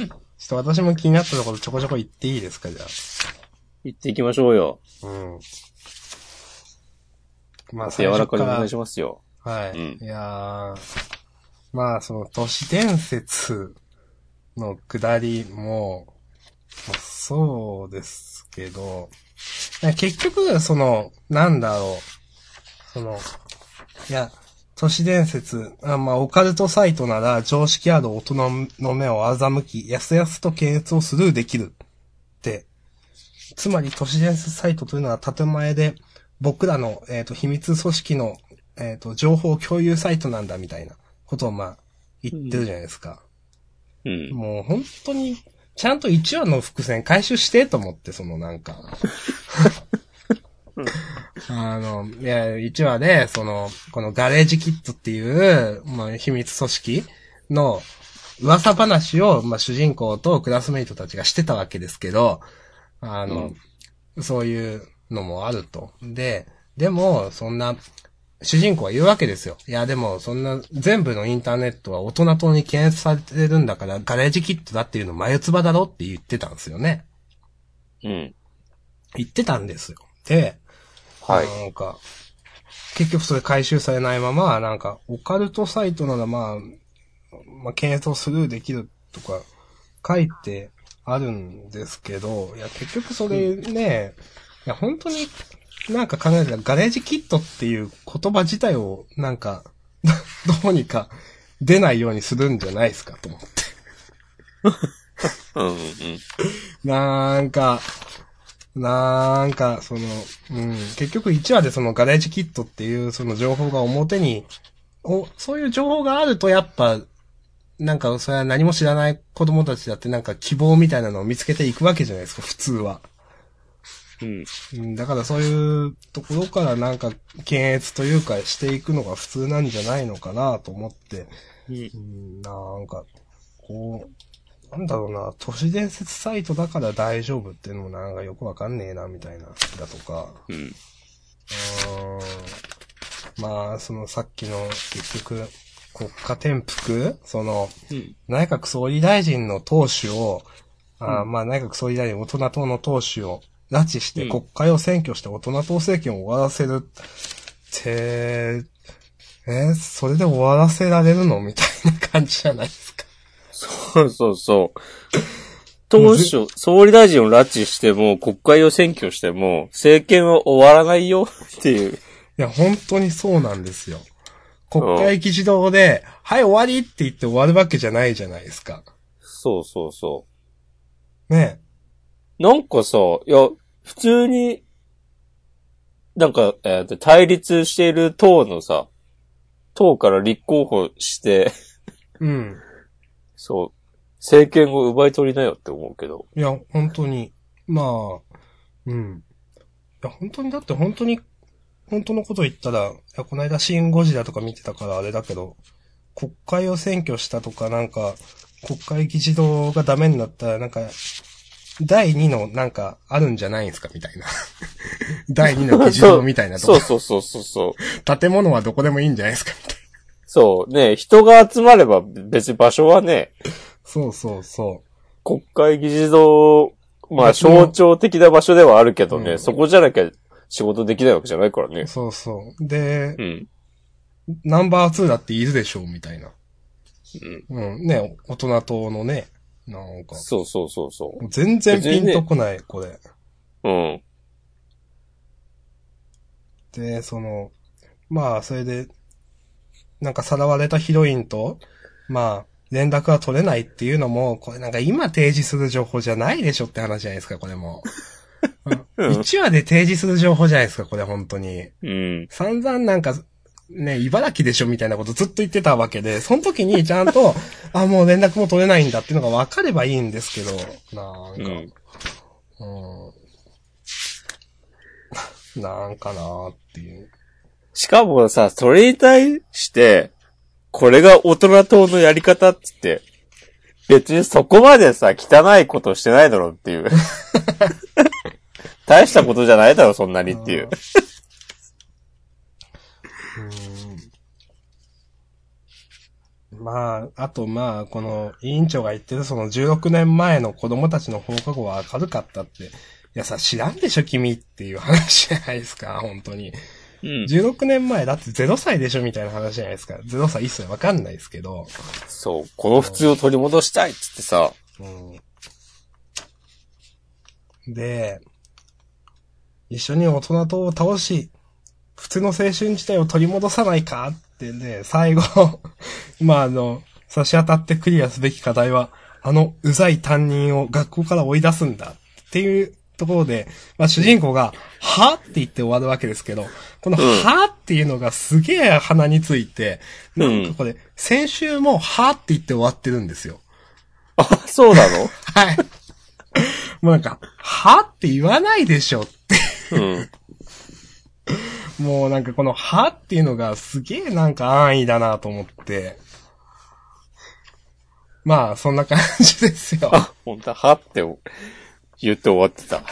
ょっと私も気になったところちょこちょこ言っていいですか、じゃ言っていきましょうよ。あ。うん。まあ、柔最らか初かにお願らいし、ますよ。はい。うんいやー、まあ、その、都市伝説の下りも、まあそうですけど、なんか結局、その、なんだろう、その、いや、都市伝説、あまあ、オカルトサイトなら常識ある大人の目を欺き、やすやすと検閲をスルーできるって、つまり都市伝説サイトというのは建前で、僕らの、えっ、と、秘密組織の、えっ、と、情報共有サイトなんだみたいなことをまあ、言ってるじゃないですか。うん。もう本当に、ちゃんと1話の伏線回収してと思って、そのなんか。あの、いや、1話で、その、このガレージキットっていう、まあ、秘密組織の噂話を、まあ、主人公とクラスメイトたちがしてたわけですけど、あの、そういうのもあると。で、でも、そんな、主人公は言うわけですよ。いや、でも、そんな、全部のインターネットは大人党に検閲されてるんだから、ガレージキットだっていうの眉唾だろって言ってたんですよね。うん。言ってたんですよ。で、はい。なんか、結局それ回収されないまま、なんか、オカルトサイトならまあ、まあ、検閲をスルーできるとか書いてあるんですけど、いや、結局それね、いや、本当になんか考えたら、ガレージキットっていう言葉自体を、なんか、 どうにか出ないようにするんじゃないですかと思って。うんうん。なんか、なんか、その、うん、結局1話でそのガレージキットっていうその情報が表に、お、そういう情報があるとやっぱ、なんかそれは何も知らない子供たちだってなんか希望みたいなのを見つけていくわけじゃないですか、普通は。うん。うん、だからそういうところからなんか検閲というかしていくのが普通なんじゃないのかなと思って、うんうん、なんか、こう、なんだろうな、都市伝説サイトだから大丈夫っていうのもなんかよくわかんねえな、みたいな、だとか。うん。うーん。まあ、そのさっきの、結局、国家転覆その、うん。内閣総理大臣の党首を、あーまあ内閣総理大臣、大人党の党首を拉致してうん国会を選挙して大人党政権を終わらせるって、えーそれで終わらせられるのみたいな感じじゃないですか。 そう そうそう。当初、総理大臣を拉致しても、国会を選挙しても、政権は終わらないよっていう。いや、本当にそうなんですよ。国会議事堂で、はい終わりって言って終わるわけじゃないじゃないですか。そうそうそねう。なんかさ、いや、普通に、なんか、えーと対立している党のさ、党から立候補して、うん。そう、政権を奪い取りなよって思うけど。いや、本当に。まあ、うん。いや、本当に、だって本当に、本当のこと言ったら、いや、この間シンゴジラとか見てたからあれだけど、国会を選挙したとか、なんか、国会議事堂がダメになったら、なんか、第2のなんかあるんじゃないんですかみたいな。 第2の議事堂みたいなと そうこ。そうそうそうそう。建物はどこでもいいんじゃないですかみたいな。そう。ね人が集まれば別に場所はね、そうそうそう。国会議事堂、まあ別の象徴的な場所ではあるけどね、うんそこじゃなきゃ仕事できないわけじゃないからね。そうそう。でう、ん。ナンバー2だっているでしょうみたいな。うん。うん、ね、大人党のね、なんか。そうそうそうそ全然ピンとこない、これ。う。うん。で、その、まあ、それで、なんかさらわれたヒロインと、まあ、連絡が取れないっていうのも、これなんか今提示する情報じゃないでしょって話じゃないですか、これも。1話で提示する情報じゃないですか、これ本当に。うん。散々なんか、ね、茨城でしょみたいなことずっと言ってたわけで、その時にちゃんと、 あ、もう連絡も取れないんだっていうのが分かればいいんですけど、なんうか、ん。うん。 なんかなーっていう。しかもさ、それに対して、これが大人党のやり方っつって、別にそこまでさ、汚いことしてないだろうっていう。 大したことじゃないだろ、そんなにっていう。うん。まあ、あとまあ、この委員長が言ってるその16年前の子供たちの放課後は明るかったって、いやさ、知らんでしょ君っていう話じゃないですか、本当に。うん。 16年前だって0歳でしょみたいな話じゃないですか。0歳1歳わかんないですけど。そう、この普通を取り戻したいっつってさ、うん。で、一緒に大人党を倒し、普通の青春時代を取り戻さないかってね、最後、 今あの、差し当たってクリアすべき課題は、あの、うざい担任を学校から追い出すんだっていうところで、まあ主人公が、はって言って終わるわけですけど、この、はっていうのがすげえ鼻について、なんかこれ、先週も、はって言って終わってるんですよ。あ、そうなのはい。 もうなんか、はって言わないでしょって。うん。もうなんかこのはっていうのがすげえなんか安易だなと思って。まあ、そんな感じですよ。あ、 ほんとはって言って終わってた。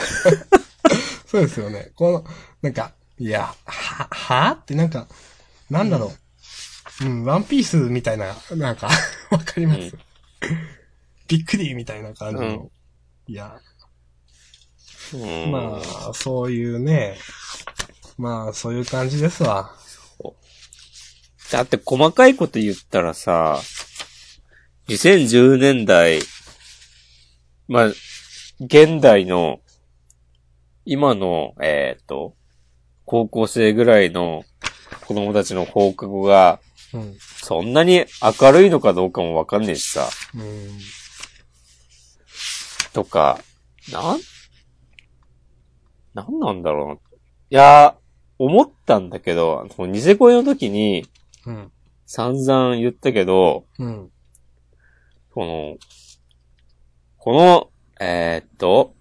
そうですよね。この、なんか、いや、は、はってなんか、なんだろう。うん、ワンピースみたいな、なんか、 わかります。うんびっくりみたいな感じの。うんいや、うん。まあ、そういうね。まあ、そういう感じですわ。だって細かいこと言ったらさ、2010年代、まあ、現代の、今の、えっ、と、高校生ぐらいの子供たちの放課後が、うん。そんなに明るいのかどうかもわかんねえしさ。うん。とか、なん、なんなんだろうな。いやー、思ったんだけど、そのニセ恋の時にうん。散々言ったけど、うん。この、この、えーっと、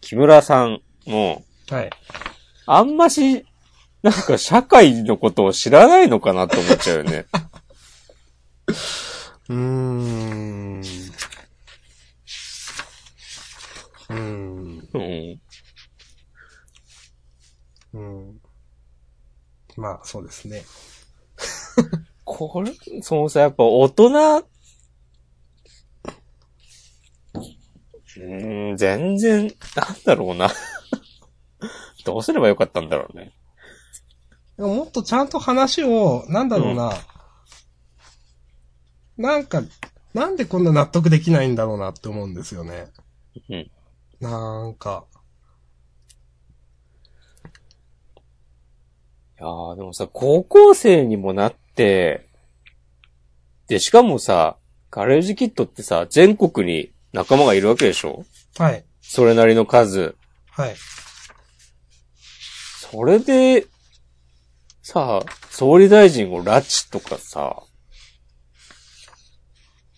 木村さんも、はい。あんまし、なんか社会のことを知らないのかなと思っちゃうよね。うーん。うーん。うん。うん。まあ、そうですね。これ、そのさ、やっぱ大人、うーん、全然、なんだろうな。 どうすればよかったんだろうね。でももっとちゃんと話を、なんだろうな。なんか、なんでこんな納得できないんだろうなって思うんですよね。うん。なんか。いやー、でもさ、高校生にもなって、で、しかもさ、ガレージキットってさ、全国に仲間がいるわけでしょはい。それなりの数。はい。それで、さあ、総理大臣を拉致とかさ、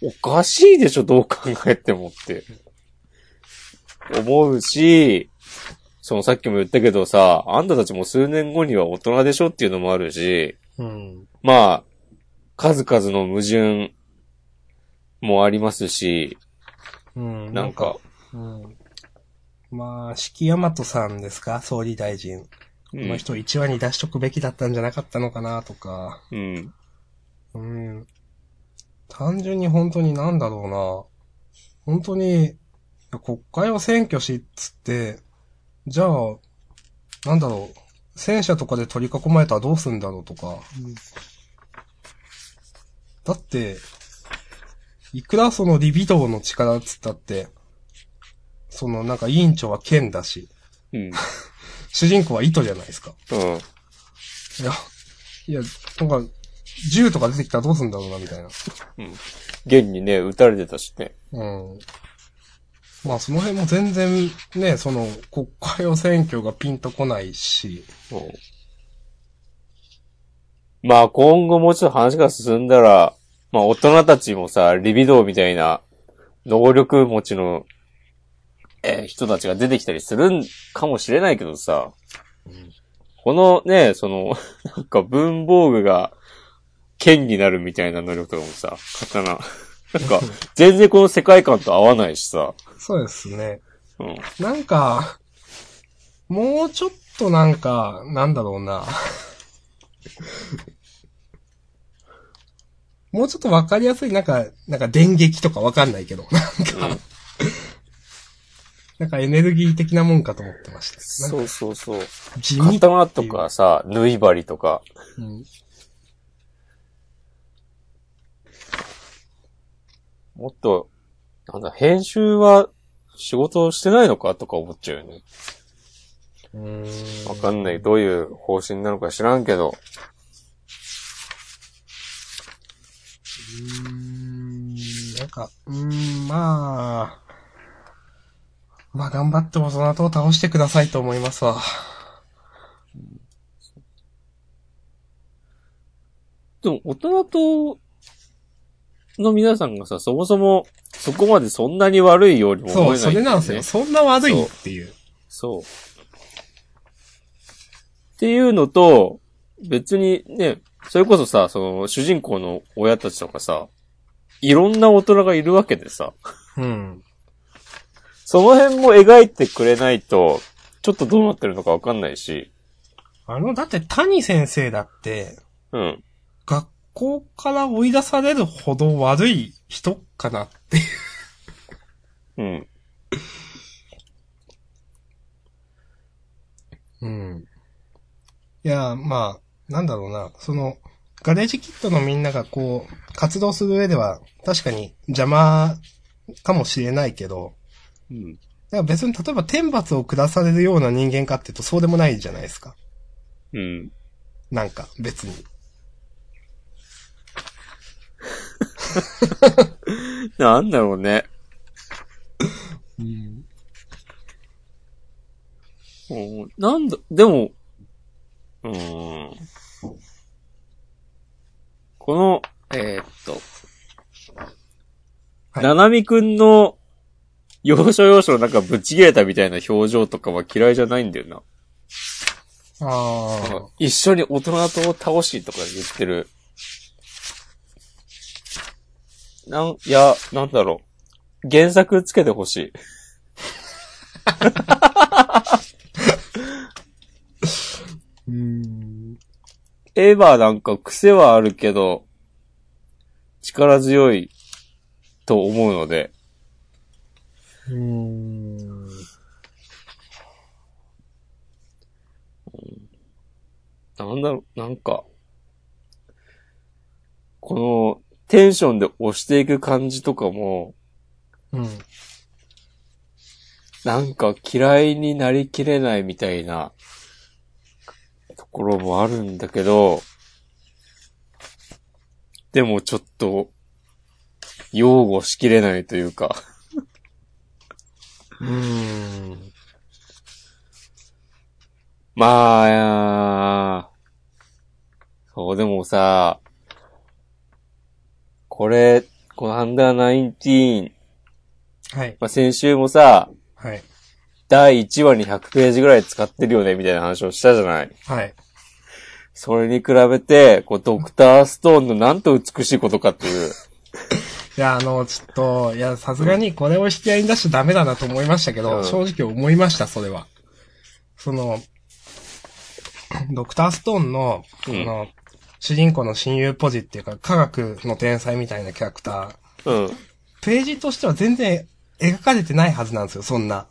おかしいでしょ、どう考えてもって。思うし、そのさっきも言ったけどさ、あんたたちも数年後には大人でしょっていうのもあるし、うん。まあ、数々の矛盾もありますし、うん。なんか、うん。まあ、四季大和さんですか総理大臣。うこのん、人1話に出しとくべきだったんじゃなかったのかなとか。うん、うん。単純に本当になんだろうな。本当に、国会を選挙しっつって、じゃあ、なんだろう。戦車とかで取り囲まれたらどうすんだろうとか。だって、いくらそのリビドーの力っつったって、そのなんか委員長は剣だし、うん、主人公は糸じゃないですか。うん。いや、いや、なんか、銃とか出てきたらどうすんだろうな、みたいな。現にね、撃たれてたしね。うん。まあ、その辺も全然、ね、その、国会を選挙がピンとこないし、うんまあ今後もうちょっと話が進んだら、まあ大人たちもさ、リビドーみたいな能力持ちの、えー人たちが出てきたりするんかもしれないけどさ、このね、その、 なんか文房具が剣になるみたいな能力とかもさ、刀。 なんか、全然この世界観と合わないしさ。そうですね。うん。なんか、もうちょっとなんか、なんだろうな。 もうちょっとわかりやすい、なんか、なんか電撃とかわかんないけど、なんか、なんかエネルギー的なもんかと思ってました。なんかそうそうそう。地味っていう刀とかさ、縫い針とか。うんもっと、なんだ、編集は仕事をしてないのかとか思っちゃうよね。うーんわかんない。どういう方針なのか知らんけど。うーんなんか、うーん、まあ、まあ頑張ってもその後を倒してくださいと思いますわ。でも、大人と、の皆さんがさ、そもそも、そこまでそんなに悪いようにも思えなそう、い、それなんですよ。。そんな悪いっていう。そう。っていうのと、別にね、それこそさ、その、主人公の親たちとかさ、いろんな大人がいるわけでさ、うん。その辺も描いてくれないと、ちょっとどうなってるのかわかんないし、あの、だって谷先生だって、うん。学校から追い出されるほど悪い人かなっていうう。ん。うん。いや、まあ、なんだろうな。その、ガレージキットのみんながこう、活動する上では、確かに邪魔かもしれないけど、うん。だから別に例えば天罰を下されるような人間かっていうとそうでもないじゃないですか。うん。なんか、別に。なんだろうね。うん。うんなんだ、でも、うーん。この、えーっと、はいななみくんの、要所要所のなんかぶち切れたみたいな表情とかは嫌いじゃないんだよな。あなんあか。一緒に大人と倒しとか言ってる。なん、いや、なんだろう。原作つけてほしい。うん。エヴァなんか癖はあるけど、力強いと思うので、うん。なんだろう、なんか、このテンションで押していく感じとかも、うん。なんか嫌いになりきれないみたいなところもあるんだけど、でもちょっと、擁護しきれないというか、 うん。まあいやー、そう、でもさ、これ、このアンダーナインティーン、はい。まあ、先週もさ、はい。第1話に100ページぐらい使ってるよね、みたいな話をしたじゃない。はい。それに比べて、こう、ドクターストーンのなんと美しいことかっていう。いや、あの、ちょっと、いや、さすがにこれを引き合いに出しちゃダメだなと思いましたけど、うん正直思いました、それは。その、ドクターストーンの、うそんの、主人公の親友ポジっていうか、科学の天才みたいなキャラクター、うん。ページとしては全然描かれてないはずなんですよ、そんな。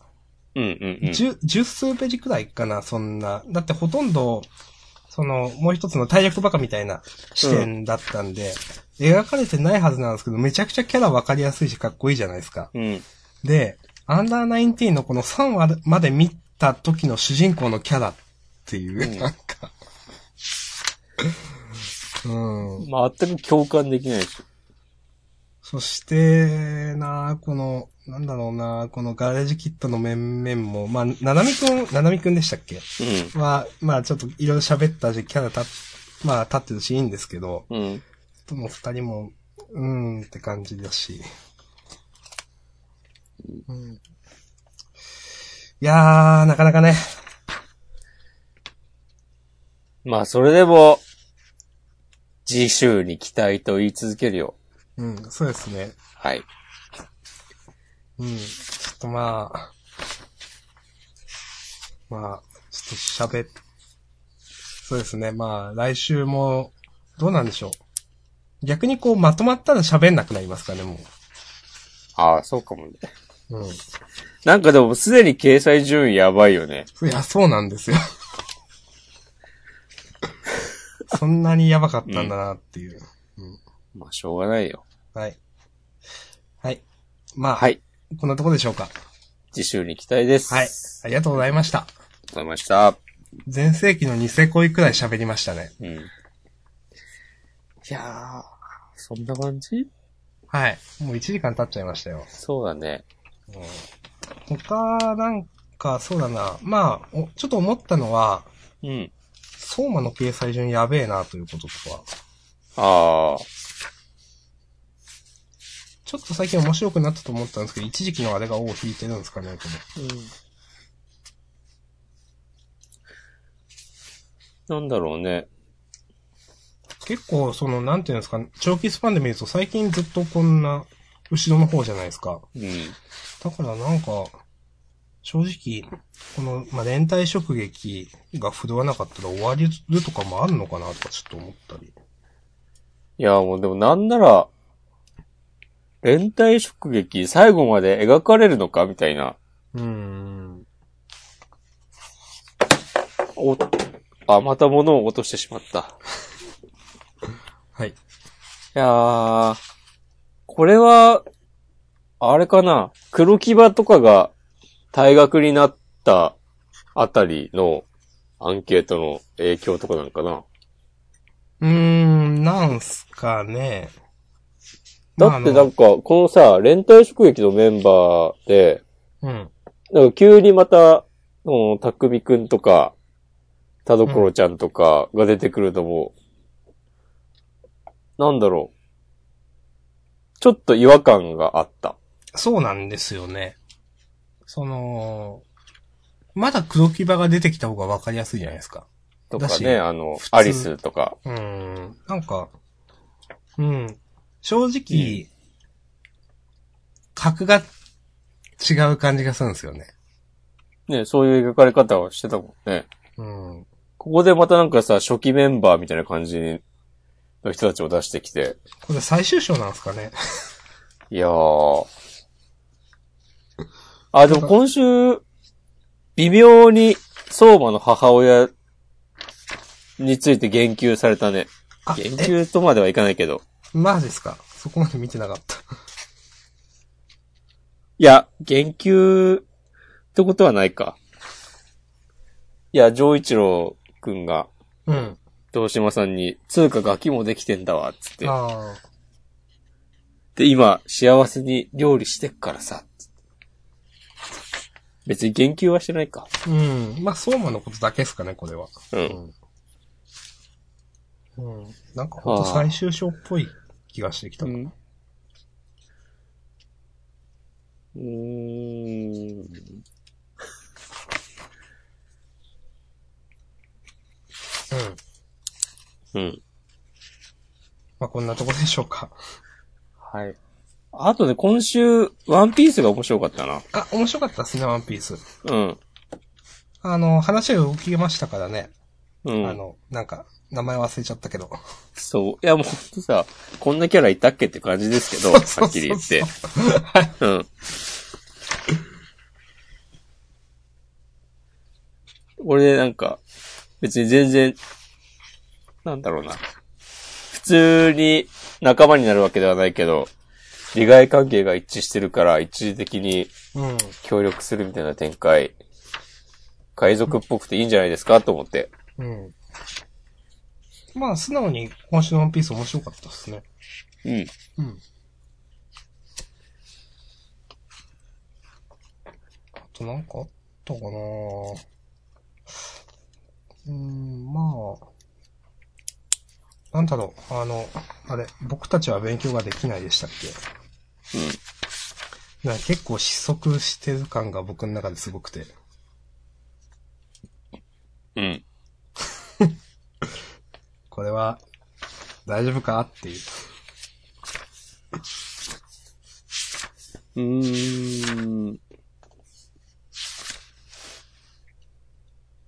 うんうんうん。十、十数ページくらいかな、そんな。だってほとんど、その、もう一つの大略とバカみたいな視点だったんで、描かれてないはずなんですけど、めちゃくちゃキャラわかりやすいし、かっこいいじゃないですか。うん。で、アンダーナインティーンのこの3話まで見た時の主人公のキャラっていう、うんなんか。 うん。全く共感できないし。そして、なあこの、なんだろうなあこのガレージキットの面々も、まあ、ななみくん、ななみくんでしたっけは、まあちょっといろいろ喋ったし、キャラ立っ、まあ立ってるしいいんですけど、うん。うん。どの二人も、うーんって感じだし。うん、いやー、なかなかね。まあ、それでも、次週に期待と言い続けるよ。うん、そうですね。はい。うん、ちょっとまあ、まあ、ちょっと喋っ、そうですね、まあ来週も、どうなんでしょう。逆にこうまとまったら喋んなくなりますかね、もああ、そうかもね。う。うん。なんかでも、すでに掲載順位やばいよね。いや、そうなんですよ。 そんなにやばかったんだなっていう。まあ、しょうがないよ。はい。はい。まあ、はい。こんなとこでしょうか。次週に期待です。はあいり。ありがとうございました。がとうございました。前世紀のニセ恋くらい喋りましたね。うん。いやー、そんな感じはい。もう1時間経っちゃいましたよ。そうだね。他、なんか、そうだな。まあ、おちょっと思ったのは、うん。相馬の掲載順やべえなということとか、あちょっと最近面白くなったと思ったんですけど、一時期のあれが尾を引いてるんですかね、と思ってー。なんだろうね。結構、その、なんていうんですか、長期スパンで見ると最近ずっとこんな、後ろの方じゃないですか。うん。だからなんか、正直、この、まあ、連帯職撃が振るわなかったら終わりるとかもあるのかなとかちょっと思ったり。いや、もうでもなんなら、連帯職撃最後まで描かれるのかみたいな。うーん。お、あ、また物を落としてしまった。はい。いやー、これは、あれかな、黒木場とかが退学になったあたりのアンケートの影響とかなんかな。うーん、なんすかね。だってまなあんか、このさ、連帯職役のメンバーで、あの、なんか急にまた、うん、たくみくんとか、田所ちゃんとかが出てくるのも、なんだろう。ちょっと違和感があった。うん。そうなんですよね。その、まだ黒木場が出てきた方がわかりやすいじゃないですか。とかだしね、あの普、通アリスとか。うーん、なんか、うん。正直、格が違う感じがするんですよね。ね、そういう描かれ方をしてたもんね。うん。ここでまたなんかさ、初期メンバーみたいな感じの人たちを出してきて。これ最終章なんですかね。いやー。あ、でも今週、微妙に、相馬の母親について言及されたね。あ、言え、及とまではいかないけど。マジですかそこまで見てなかった。いや、言及ってことはないか。いや、上一郎くんが、うん。東島さんに、通貨ガキもできてんだわ、つって。ああ。で、今、幸せに料理してっからさ。つって別に言及はしてないか。うん。まあ、相馬のことだけですかね、これは。うん。うん。なんかほんと最終章っぽい気がしてきた。うん。うーん。うん。うん。まあ、こんなとこでしょうか。はい。あとね、今週、ワンピースが面白かったな。あ、面白かったですね、ワンピース。うん。あの、話が動きましたからね。うん。あの、なんか、名前忘れちゃったけど。そう。いや、もうほんとさ、こんなキャラいたっけって感じですけど、はっきり言って。そううん。俺、なんか、別に全然、なんだろうな。普通に仲間になるわけではないけど、利害関係が一致してるから、一時的にそううん。協力するみたいな展開、海賊っぽくていいんじゃないですかと思って。うん。まあ、素直に今週のワンピース面白かったですね。うん。うん。あとなんかあったかなうーん、まあ。なんだろう、あの、あれ、僕たちは勉強ができないでしたっけなんか結構失速してる感が僕の中ですごくて。うん。うん。これは、大丈夫かっていう。うーん。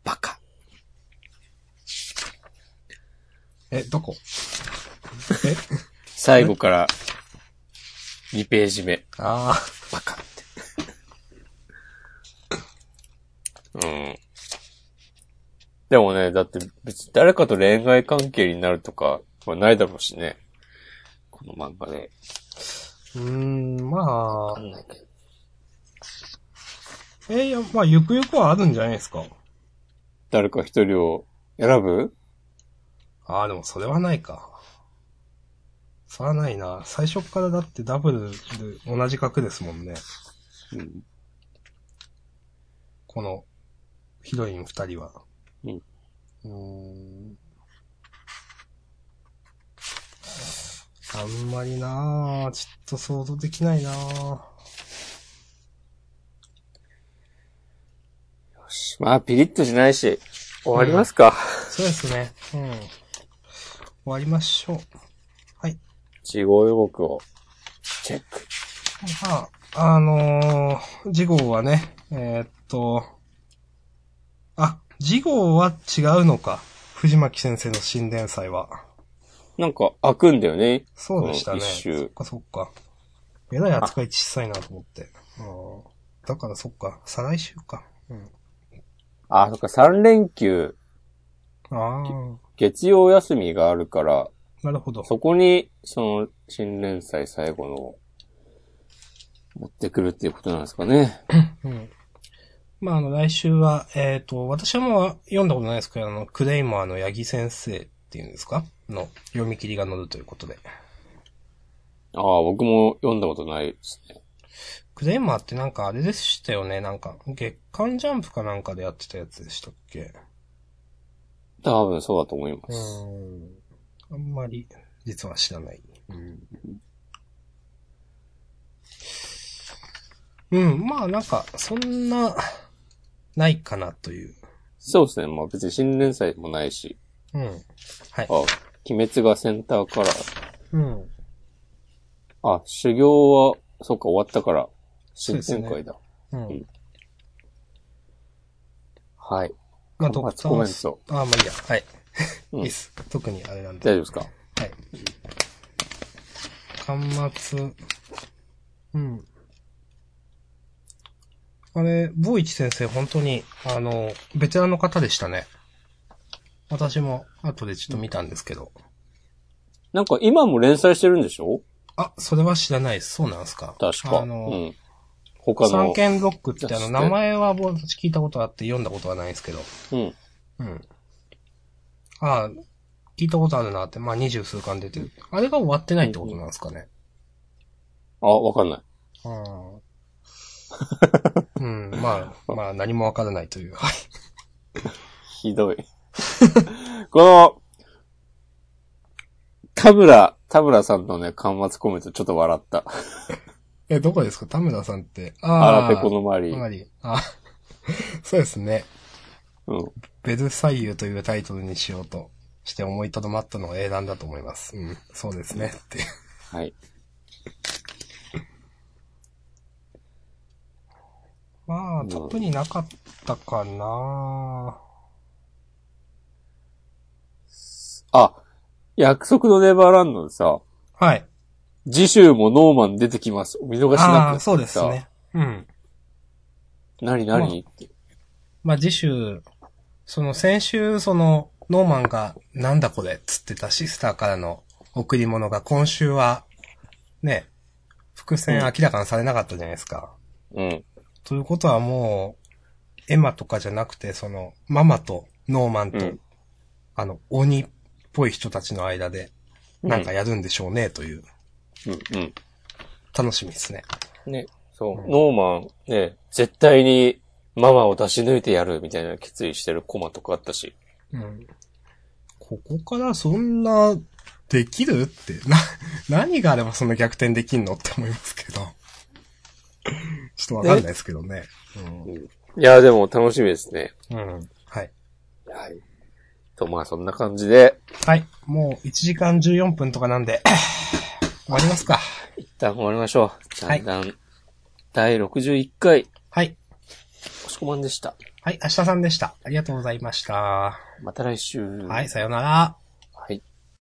バカ。え、どこえ最後から、2ページ目。 ああ。バカって。うん。でもね、だって別に誰かと恋愛関係になるとかはないだろうしね。この漫画で。うーん、まわかあ。んないけど。えいや、まあ、ゆくゆくはあるんじゃないですか。誰か一人を選ぶああ、でもそれはないか。それはないな。最初っからだってダブルで同じ角ですもんね。うん。この、ヒロイン二人は。うん。うーん。あんまりなあちょっと想像できないなあまあ、ピリッとしないし、終わりますか。そうですね。うん。終わりましょう。はい。事後予告を、チェック。まあ、あのー、次号はね、えーっと、あ、次号は違うのか。藤巻先生の新伝祭は。なんか、開くんだよね。そうでしたね。この一周そっかそっか。えらい扱い小さいなと思って。うんだからそっか、再来週か。うん。あ、そっか、3連休、あ月曜休みがあるから、あ、なるほど。そこに、その、新連載最後のを、持ってくるっていうことなんですかね。うん。まあ、あの、来週は、えーっ、と、私はもう読んだことないですけど、あの、クレイマーの八木先生っていうんですかの読み切りが載るということで。ああ、僕も読んだことないですね。クレーマーってなんかあれでしたよね。なんか、月刊ジャンプかなんかでやってたやつでしたっけ多分そうだと思いまうす。ん。あんまり、実は知らない。うん。うん、まあなんか、そんな、ないかなという。そうですね。まあ別に新連載もないし、うん。はいあ、。鬼滅がセンターカラー。うん。あ、修行はそっか、終わったから、そ新うですね展開だ。うん。はい。まあ、コドメンクタトコメンー、ト。ああ、まあいいや。はい。ういん いです。特にあれなんで。大丈夫はですかい。端末。うん。あれ、坊一先生、本当に、あの、ベテランの方でしたね。私も、後でちょっと見たんですけど。なんか今も連載してるんでしょあ、それは知らないです。そうなんですか。確か。あの、うん。他三の。軒ロックってあ出の、して名前は私聞いたことあって読んだことはないんですけど。うん。うん。ああ、聞いたことあるなって、まあ二十数巻出てる。あれが終わってないってことなんですかね。あ、わかんない。ああ。うん、まあ、まあ何もわからないという。はい。ひどい。 この、田村、田村さんのね、間末コメントちょっと笑った。 え、どこですか田村さんって。ああ、あらペコの周りつ。まり。あ そうですね。うん。ベルサイユというタイトルにしようとして思いとどまったのを英断だと思います。うん、そうですね。って。はい。まあ、ん特になかったかなあ、約束のネバーランドでさ、はい。次週もノーマン出てきます。お見逃しなくああ、そうですね。うん。何何って。まあ、次週、その先週、その、ノーマンが、なんだこれっつってたシスターからの贈り物が今週は、ね、伏線明らかにされなかったじゃないですか。うん。ということはもう、エマとかじゃなくて、その、ママとノーマンと、うんあの、鬼っぽい人たちの間で、なんかやるんでしょうね、という、うん。うん。楽しみですね。ね、そう、うんノーマン、ね、絶対にママを出し抜いてやるみたいな決意してるコマとかあったし。うんここからそんな、できるって、 な、何があればそんな逆転できんのって思いますけど。 ちょっとわかんないですけどね。いや、でも楽しみですね。うん。うん。はい。はい。と、まあそんな感じで、はい。もう1時間14分とかなんで、 終わりますか。一旦終わりましょう。はだいんだん、第61回、はい。押し込まんでした。はい。明日さんでした。ありがとうございました。また来週。はい。さようなら。